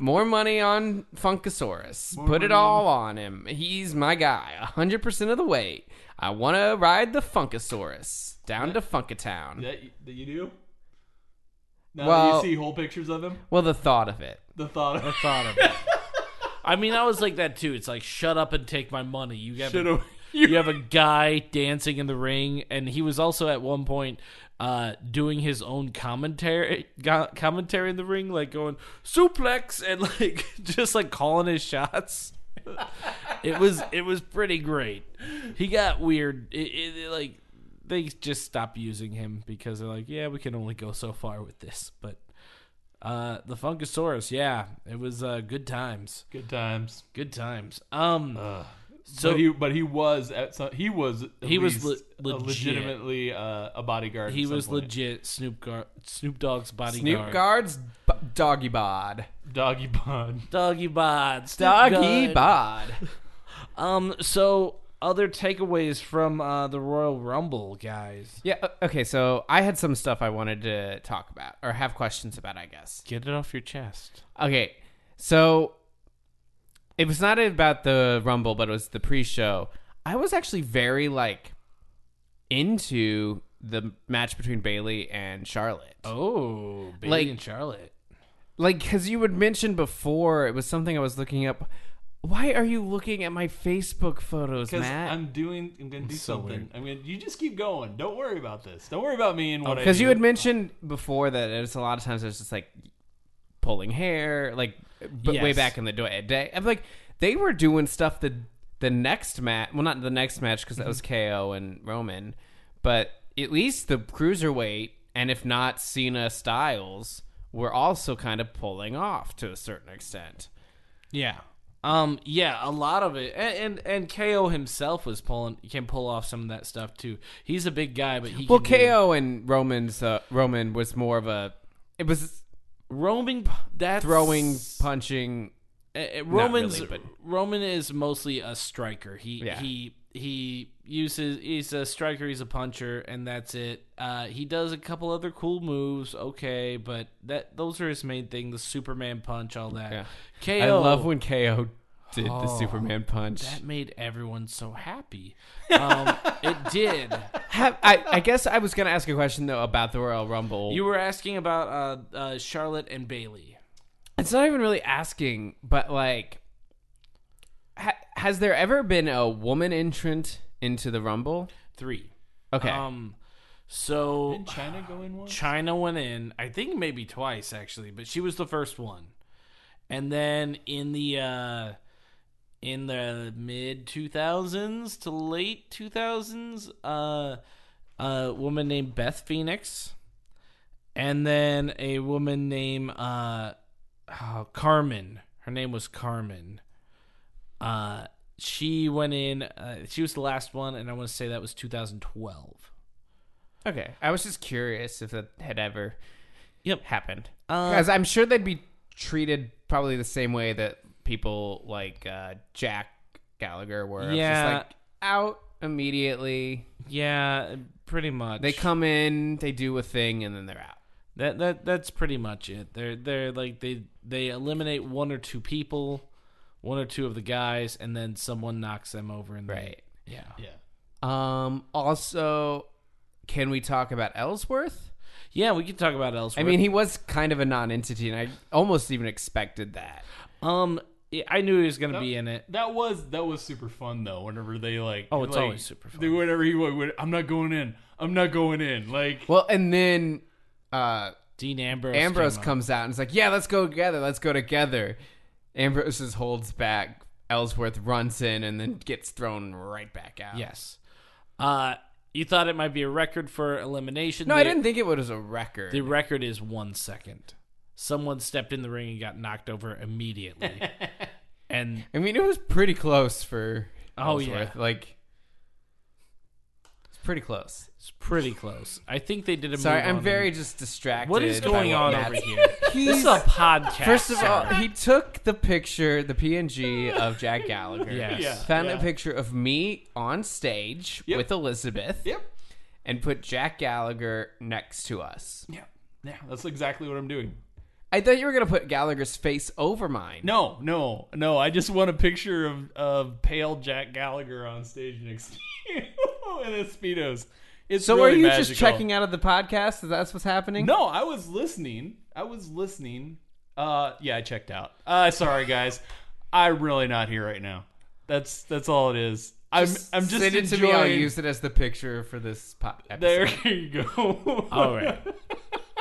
More money on Funkasaurus. Put it all on him. He's my guy, 100% of the way. I want to ride the Funkasaurus down to Funkatown.
that, that you do? Now
Well-
that you see whole pictures of him,
Well, the thought of it.
the thought of
Thought of it. I mean, I was like that too. It's like, shut up and take my money. You have
Shut
a,
up.
you have a guy dancing in the ring, and he was also at one point uh, doing his own commentary go- commentary in the ring, like going suplex and like just like calling his shots. it was it was pretty great. He got weird. It, it, it, like they just stopped using him because they're like, yeah, we can only go so far with this. But uh, the Funkasaurus, yeah, it was uh, good times.
good times.
Good times. Um,
So, but he, but he was at some, he was at
He was
least
le-
a
legit.
legitimately uh, a bodyguard.
he
at some
was
point.
legit Snoop Gar- Snoop Dogg's bodyguard.
Snoop Guard's b- doggy bod.
doggy bond.
Doggy bod. Snoop
Doggy
Dogg.
bod.
Um. So other takeaways from uh, the Royal Rumble, guys.
Yeah, o- okay, so I had some stuff I wanted to talk about, or have questions about, I guess.
Get it off your chest.
Okay, so it was not about the Rumble, but it was the pre-show. I was actually very like into the match between Bailey and Charlotte.
Oh, Bailey
Like-
and Charlotte.
Like, because you had mentioned before, it was something I was looking up. Why are you looking at my Facebook photos,
Because
Matt?
I'm doing, I'm gonna do
so
something.
weird. Oh,
I'm gonna. You just keep going. Don't worry about this. Don't worry about me and what I.
Because
do.
you had mentioned before that it's a lot of times it's just like pulling hair, like but way
Yes.
back in the day- day. I'm like they were doing stuff the the next match. Well, not the next match because that was KO and Roman, but at least the cruiserweight and if not Cena Styles were also kind of pulling off to a certain extent.
Yeah. Um. Yeah. A lot of it, and and, and KO himself was pulling can pull off some of that stuff too. He's a big guy, but he
Well,
can do-
KO and Roman's uh, Roman was more of a it was
Roman that
throwing, punching.
Eh, Roman's
really, but-
Roman is mostly a striker. He
Yeah.
he he uses he's a striker. He's a puncher, and that's it. Uh, he does a couple other cool moves, okay, but that those are his main thing: the Superman punch, all that.
Yeah.
KO.
I love when KO did the
Oh,
Superman punch.
that made everyone so happy. Um, it did.
Have, I, I guess I was going to ask a question though about the Royal Rumble.
You were asking about uh, uh, Charlotte and Bailey.
it's not even really asking, but like, ha, has there ever been a woman entrant into the Rumble?
Three.
Okay,
Um, so
Did China go in once?
China went in, I think maybe twice actually, but she was the first one. And then in the uh in the mid 2000s to late 2000s, uh a woman named Beth Phoenix and then a woman named uh oh, Carmen. Her name was Carmen. Uh she went in uh, she was the last one and I want to say that was 2012.
okay. I was just curious if that had ever
Yep.
happened
Uh,
because I'm sure they'd be treated probably the same way that people like uh, Jack Gallagher were. It's just,
Yeah.
like out immediately.
Yeah, pretty much.
They come in, they do a thing, and then they're out.
That that that's pretty much it. They're they're like they they eliminate one or two people, one or two of the guys, and then someone knocks them over. And they-
Right.
yeah. yeah,
Yeah.
Um. Also, can we talk about Ellsworth?
we can talk about elsewhere.
I mean, he was kind of a non-entity, and I almost even expected that.
um, yeah, I knew he was gonna be in it.
That was that was super fun though. Whenever they like,
Oh, it's
like,
always super fun.
They, whenever he would, would- I'm not going in. I'm not going in. Like,
Well, and then uh,
Dean Ambrose.
Ambrose
came up.
comes out and is like, "Yeah, let's go together. Let's go together." Ambrose just holds back. Ellsworth runs in and then gets thrown right back out.
Yes. Uh, you thought it might be a record for elimination.
No,
the,
I didn't think it was a record.
The record is one second. Someone stepped in the ring and got knocked over immediately. and
I mean, it was pretty close for
Oh, yeah.
Ellsworth. Like, it's pretty close.
it's pretty close. I think they did a.
Sorry,
move on
I'm
him.
very just distracted.
What is
by
going
what
on
Matt's
over here? this is a podcast.
First of all,
sir.
he took the picture, the PNG of Jack Gallagher.
Yes.
Yeah.
Found a picture of me on stage
Yep.
with Elizabeth
yep,
and put Jack Gallagher next to us.
yeah, yeah. That's exactly what I'm doing.
I thought you were going to put Gallagher's face over mine.
No, no, no. I just want a picture of of pale Jack Gallagher on stage next to you in his speedos. It's
So
really
are you
magical.
just checking out of the podcast? Is that what's happening?
No, I was listening. I was listening. Uh, yeah, I checked out. Uh, sorry guys, I'm really not here right now. That's that's all it is. I'm I'm just
Send it to me.
enjoying.
I'll use it as the picture for this po- episode.
There you go.
all right.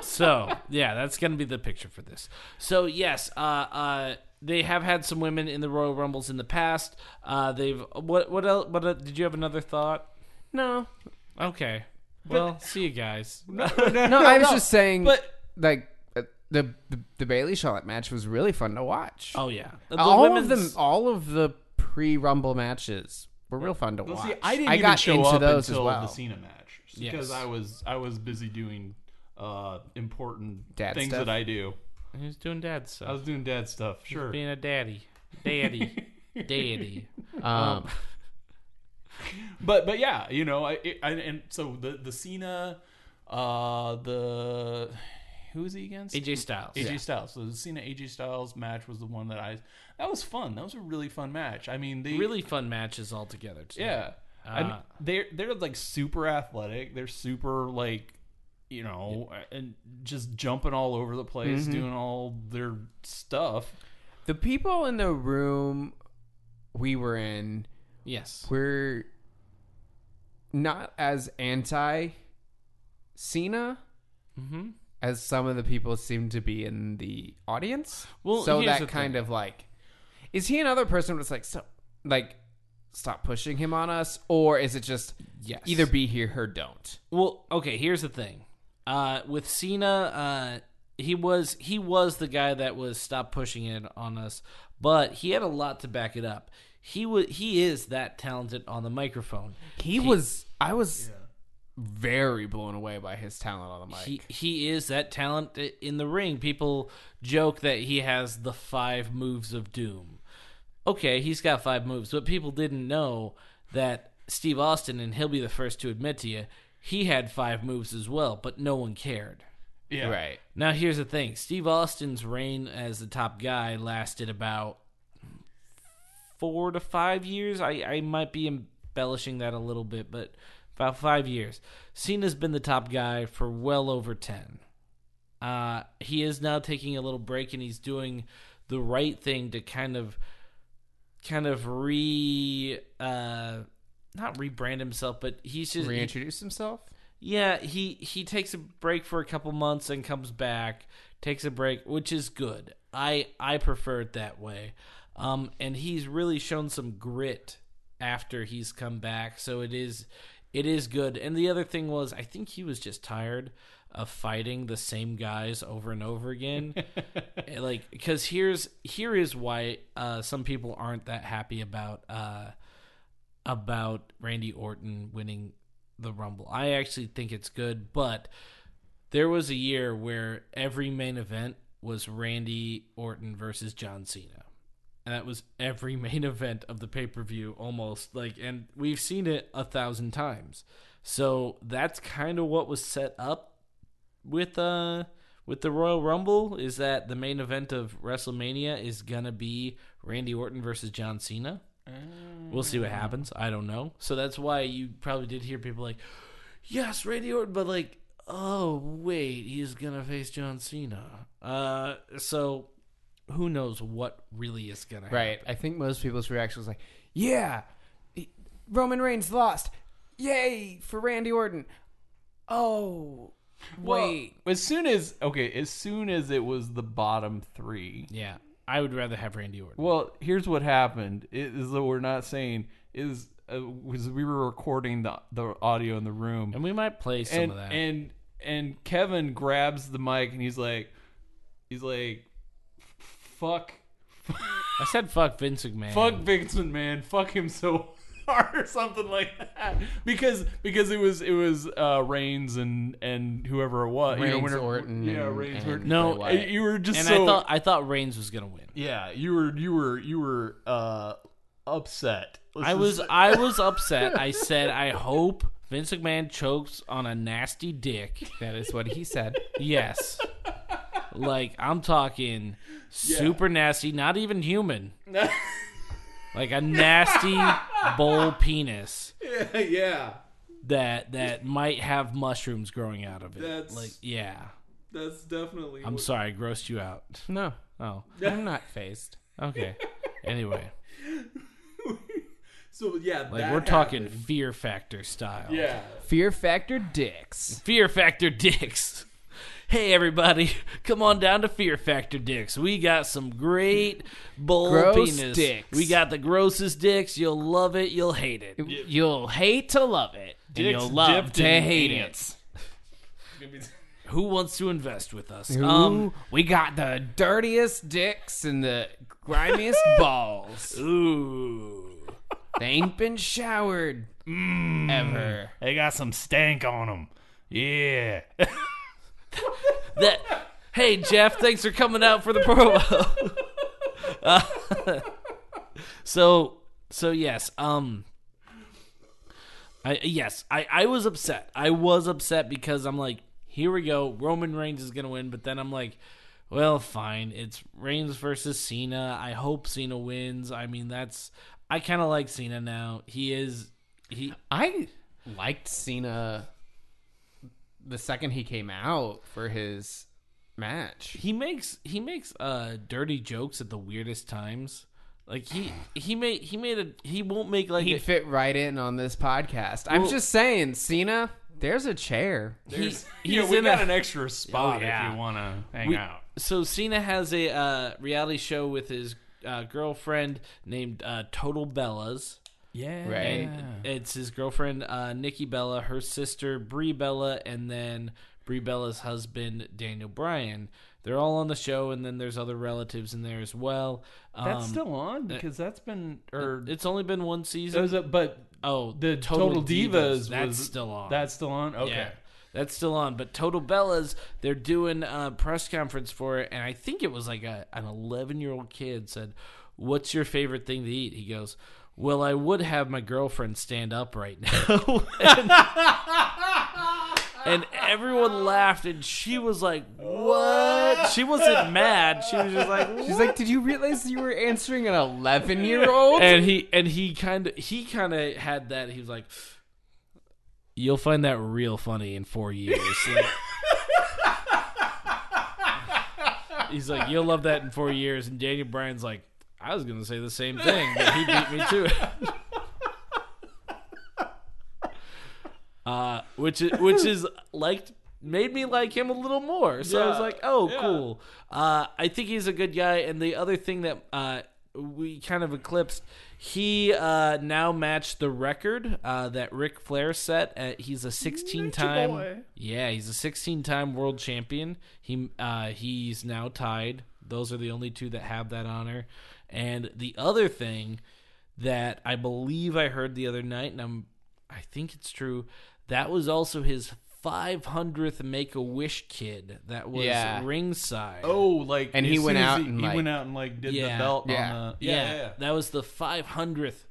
So yeah, that's gonna be the picture for this. So yes, uh, uh, they have had some women in the Royal Rumbles in the past. Uh, they've what what else? What uh, did you have another thought?
No,
Okay. Well, see you guys.
no. I was just saying,
but-
like uh, the, the the Bailey Charlotte match was really fun to watch.
Oh yeah, The
all of them,
women's-
all of the pre-Rumble matches were real fun to
Well,
watch.
see, I didn't even
got
show
into
up
those
until
as well.
the Cena match because
Yes.
I was I was busy doing uh, important
Dad
things
stuff?
that I do.
Who's doing dad
I
stuff?
was doing dad stuff. Sure.
Being a daddy, daddy, daddy.
Um,
but but yeah, you know, I, it, I and so the the Cena, uh, the who is he against?
AJ Styles.
AJ Styles. So the Cena AJ Styles match was the one that I that was fun. That was a really fun match. I mean, they
Really fun matches altogether. Tonight.
yeah. I mean, they're they're like super athletic. They're super like you know and just jumping all over the place,
Mm-hmm.
doing all their stuff.
The people in the room we were in
yes.
were not as anti Cena
Mhm.
as some of the people seem to be in the audience.
Well,
so
here's
that
the
kind of like, is he another person that's like, so, like, stop pushing him on us, or is it just
Yes.
either be here or don't?
Well, okay. Here's the thing. Uh, with Cena, uh, he was he was the guy that was stop pushing it on us, but he had a lot to back it up. He was he is that talented on the microphone.
He, was. I was very blown away by his talent on the mic.
He he is that talent i- in the ring. People joke that he has the five moves of doom. Okay, he's got five moves, but people didn't know that Steve Austin, and he'll be the first to admit to you, he had five moves as well, but no one cared.
Yeah.
Right.
Now here's the thing: Steve Austin's reign as the top guy lasted about four to five years. I, I might be embellishing that a little bit, but about five years. Cena's been the top guy for well over ten. Uh, he is now taking a little break, and he's doing the right thing to kind of, kind of re, uh, not rebrand himself, but he's just he-
Reintroduce himself.
yeah, he he takes a break for a couple months and comes back, takes a break, which is good. I I prefer it that way. Um and he's really shown some grit after he's come back, so it is it is good. And the other thing was I think he was just tired of fighting the same guys over and over again. And, like cuz here's here is why uh some people aren't that happy about uh about Randy Orton winning the Rumble. I actually think it's good, but there was a year where every main event was Randy Orton versus John Cena. And that was every main event of the pay per view almost. Like, and we've seen it a thousand times. So that's kind of what was set up with uh with the Royal Rumble is that the main event of WrestleMania is gonna be Randy Orton versus John Cena. We'll see what happens. I don't know. So that's why you probably did hear people like, "Yes, Randy Orton," but like, "Oh wait, he's gonna face John Cena." Uh, so who knows what really is gonna happen?
Right. I think most people's reaction was like, "Yeah, Roman Reigns lost. Yay for Randy Orton." Oh, wait.
Well, as soon as okay, as soon as it was the bottom three.
Yeah, I would rather have Randy Orton.
Well, here's what happened. It is that we're not saying is uh, was we were recording the the audio in the room.
and we might play some
and
of that.
and and Kevin grabs the mic and he's like, he's like, fuck,
I said, "Fuck Vince McMahon."
fuck Vincent, man, fuck him so hard or something like that because because it was it was uh, Reigns and and whoever it was, you know,
Reigns,
whenever-
Orton,
yeah,
and-
Reigns,
and
Orton.
No,
Bray
And
Wyatt.
you were just
And
so
I thought I thought Reigns was gonna win.
yeah, you were you were you were uh upset. Let's
I
just
was
say-
I was upset. I said, "I hope." Vince McMahon chokes on a nasty dick.
that is what he said.
Yes. like I'm talking super nasty, not even human. like a nasty bowl penis
yeah.
that that might have mushrooms growing out of it.
That's-
Like yeah.
That's definitely
I'm sorry, I grossed you out.
No,
Oh,
I'm not phased.
okay. Anyway,
so yeah,
like we're talking fear factor style.
yeah.
Fear Factor dicks.
Fear Factor Dicks. Hey everybody, come on down to Fear Factor Dicks. We got some great bull
Gross
penis.
dicks.
We got the grossest dicks. You'll love it. You'll hate it.
You'll hate to love it, and
Dicks
you'll love
dipped
to
in
hate
ants.
it.
Who wants to invest with us?
Ooh,
Um,
we got the dirtiest dicks and the grimiest balls.
ooh,
They ain't been showered
Mm.
ever.
They got some stank on them. Yeah.
that. Hey Jeff, thanks for coming out for the promo. Uh, so, so yes, um. I, yes, I, I was upset. I was upset because I'm like, here we go. Roman Reigns is going to win. But then I'm like, well, fine. It's Reigns versus Cena. I hope Cena wins. I mean, that's. I kind of like Cena now. He is He
I liked Cena the second he came out for his match.
he makes he makes uh dirty jokes at the weirdest times. Like he he made he made a he won't make like
He'd
a,
fit right in on this podcast. I'm just saying, Cena, there's a chair.
There's-
he's
yeah, we
in
got
a- Oh,
an extra spot
yeah.
if you want to hang
we-
out.
So Cena has a uh, reality show with his uh, girlfriend named uh, Total Bellas.
Yeah.
Right.
And it's his girlfriend, uh, Nikki Bella, her sister, Brie Bella, and then Brie Bella's husband, Daniel Bryan. They're all on the show, and then there's other relatives in there as well. Um,
That's still on because that's been or
It's only been one season.
those, are- but
oh,
the Total, Divas, was,
That's still on.
That's still on. Okay.
Yeah. That's still on, but Total Bellas, they're doing a press conference for it, and I think it was like a, an 11 year old kid said, What's your favorite thing to eat? He goes, Well, I would have my girlfriend stand up right now. and, and everyone laughed, and she was like, What? She wasn't mad. She was just like,
She's like, "Did you realize you were answering an 11 year old?"
and he and he kind of he kind of had that. He was like, "You'll find that real funny in four years." Like- he's like, "You'll love that in four years." And Daniel Bryan's like, "I was gonna say the same thing, but he beat me too." uh, which is, which is liked made me like him a little more. So I was
Yeah.
like, "Oh,
Yeah.
cool." Uh, I think he's a good guy. And the other thing that uh, we kind of eclipsed, he uh, now matched the record uh, that Ric Flair set. At, he's a 16
boy.
time. Yeah, he's a 16 time world champion. He uh, he's now tied. Those are the only two that have that honor. And the other thing that I believe I heard the other night, and I'm I think it's true. That was also his 500th Make a Wish kid. That was
Yeah.
ringside.
Oh, like
And he
as
went
soon as
out
he,
and,
he
like-
went out and like did
Yeah.
the belt
Yeah.
on the
yeah, that was the 500th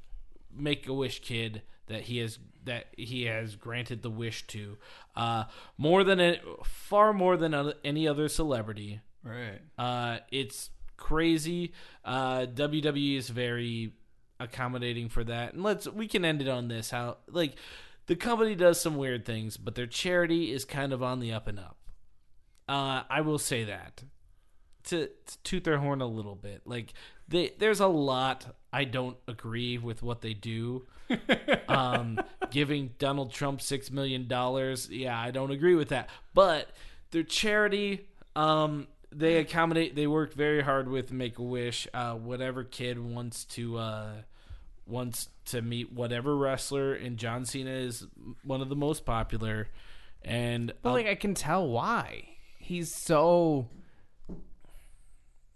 Make a Wish kid that he has that he has granted the wish to. Uh, more than a, far more than other- any other celebrity.
right.
Uh, it's crazy. Uh, WWE is very accommodating for that, and let's we can end it on this. How like the company does some weird things, but their charity is kind of on the up and up. Uh, I will say that to, to toot their horn a little bit. Like they, there's a lot I don't agree with what they do. um, giving Donald Trump six million dollars, yeah, I don't agree with that. But their charity, um, they accommodate. They work very hard with Make a Wish. Uh, whatever kid wants to. Uh, wants to meet whatever wrestler and John Cena is one of the most popular and
But like I can tell why. He's so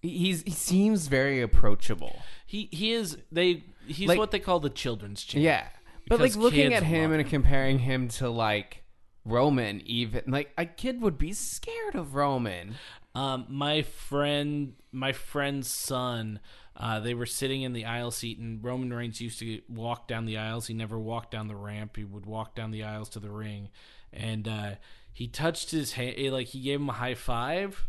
he's he seems very approachable.
He he is they he's
Like-
what they call the children's champ.
Yeah. But
Because
like looking
kids
at him
love
and comparing him to like Roman even like a kid would be scared of Roman.
Um my friend my friend's son uh, they were sitting in the aisle seat, and Roman Reigns used to walk down the aisles. He never walked down the ramp. He would walk down the aisles to the ring, and uh, he touched his hand. Like he gave him a high five,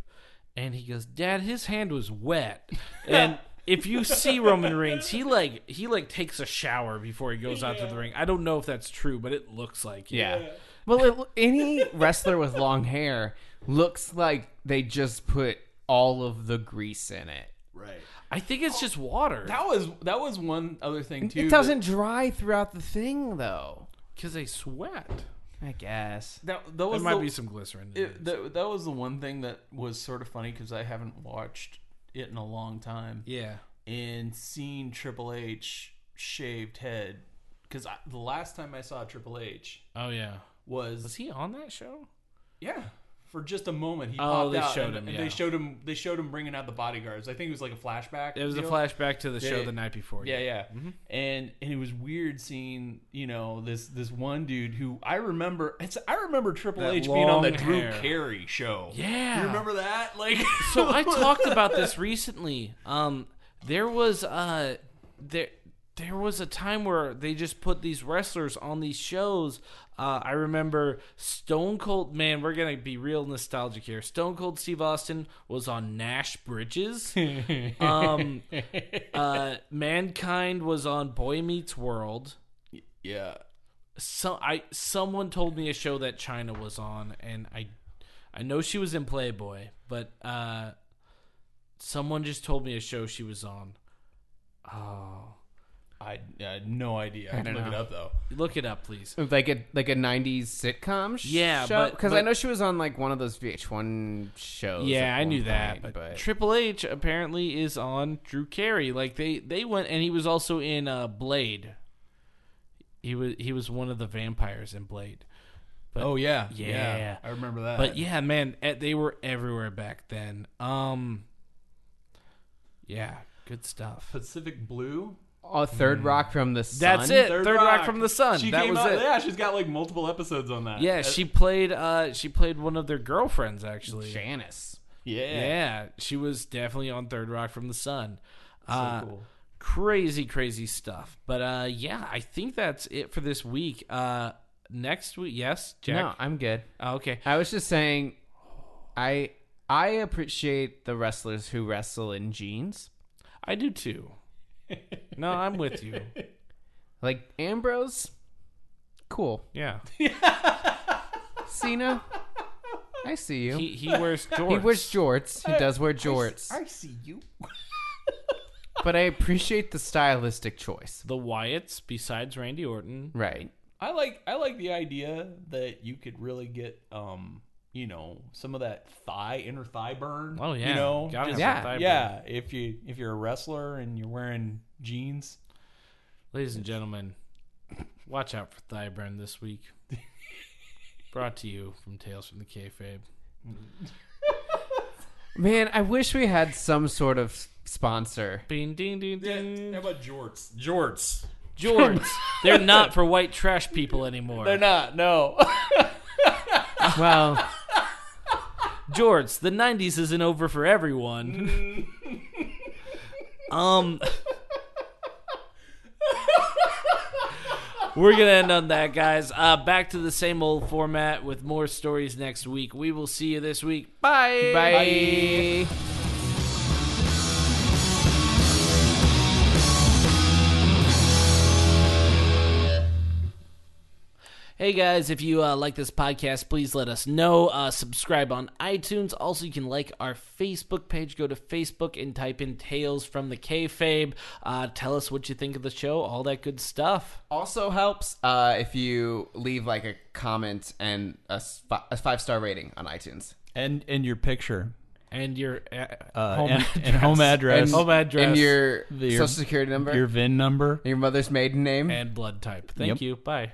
and he goes, "Dad, his hand was wet." And if you see Roman Reigns, he like he like takes a shower before he goes out to the ring. I don't know if that's true, but it looks like it.
Yeah. Well, it, any wrestler with long hair looks like they just put all of the grease in it.
Right.
I think it's just water
That was that was one other thing too.
It
that-
doesn't dry throughout the thing though.
because they sweat.
I guess.
That, that
There
was
might
the-
be some glycerin. In
it-
it.
that, that was the one thing that was sort of funny because I haven't watched it in a long time.
Yeah,
and seeing Triple H shaved head because the last time I saw Triple H
Oh yeah.
was,
Was he on that show?
yeah for just a moment he
Oh,
popped
they
out
showed
and,
him,
and
yeah.
they showed him they showed him bringing out the bodyguards I think it was like a flashback
It was a
deal.
flashback to the show
yeah.
the night before.
yeah yeah
Mm-hmm.
and and it was weird seeing you know this this one dude who I remember it's I remember Triple
That
H being on the
long
Drew
hair.
Carey show
Yeah.
you remember that like
So I talked about this recently. Um, there was uh, there there was a time where they just put these wrestlers on these shows. Uh, I remember Stone Cold. Man, we're gonna be real nostalgic here. Stone Cold Steve Austin was on Nash Bridges. um, uh, Mankind was on Boy Meets World.
yeah
so I someone told me a show that China was on, and I I know she was in Playboy, but uh, someone just told me a show she was on. Oh,
I, I had no idea. I, can
don't
look
know.
it up though.
look it up, please.
Like a like a '90s sitcom. Sh-
Yeah,
show?
but-
because I
but-
know she was on like one of those VH1 shows.
Yeah,
at
I
one
knew that.
point,
but,
but
Triple H apparently is on Drew Carey. Like they they went and he was also in uh, Blade. He was he was one of the vampires in Blade. But-
Oh yeah,
yeah.
I remember that.
But yeah, man, eh, they were everywhere back then. Um Yeah, good stuff.
Pacific Blue.
oh, Third Rock from the Sun.
hmm. That's it. Third, Rock. from the Sun.
She
that
came
was
out-
it.
Yeah, she's got like multiple episodes on that.
Yeah,
Uh,
she played uh she played one of their girlfriends actually.
Janice.
Yeah.
Yeah, she was definitely on Third Rock from the Sun. uh,
So cool.
crazy crazy stuff but uh yeah i think that's it for this week uh next week yes jack
No, I'm good.
Oh, okay
I was just saying, I I appreciate the wrestlers who wrestle in jeans.
i do too no i'm with you
Like Ambrose, cool.
yeah
Cena, I see you. He,
he, he wears jorts
wears jorts. He does wear jorts.
see you.
but I appreciate the stylistic choice.
the wyatts besides randy orton
Right.
I like I like the idea that you could really get um you know some of that thigh inner thigh burn.
oh yeah
you know
Gotta
just-
have
yeah,
a thigh burn.
yeah. If you if you're a wrestler and you're wearing jeans,
ladies and gentlemen watch out for thigh burn this week brought to you from tales from the kayfabe
Man, I wish we had some sort of sponsor.
Bing, ding, ding, ding.
about jorts? Jorts.
Jorts. They're not for white trash people anymore.
They're not. No.
Well,
Jorts, the '90s isn't over for everyone. um, we're gonna end on that, guys. Uh, back to the same old format with more stories next week. We will see you this week. Bye.
bye.
Hey guys, if you uh, like this podcast, please let us know. Uh, subscribe on iTunes. Also, you can like our Facebook page. Go to Facebook and type in "Tales from the Kayfabe." Uh, tell us what you think of the show. All that good stuff.
Also helps uh, if you leave like a comment and a, sp- a five star rating on iTunes.
and and your picture.
and your uh,
Uh,
home
and,
address.
and home address,
And-
home address
And your
Oh, The- your-
social security number.
your VIN number.
Your mother's maiden name.
and blood type. Thank
Yep.
you. Bye.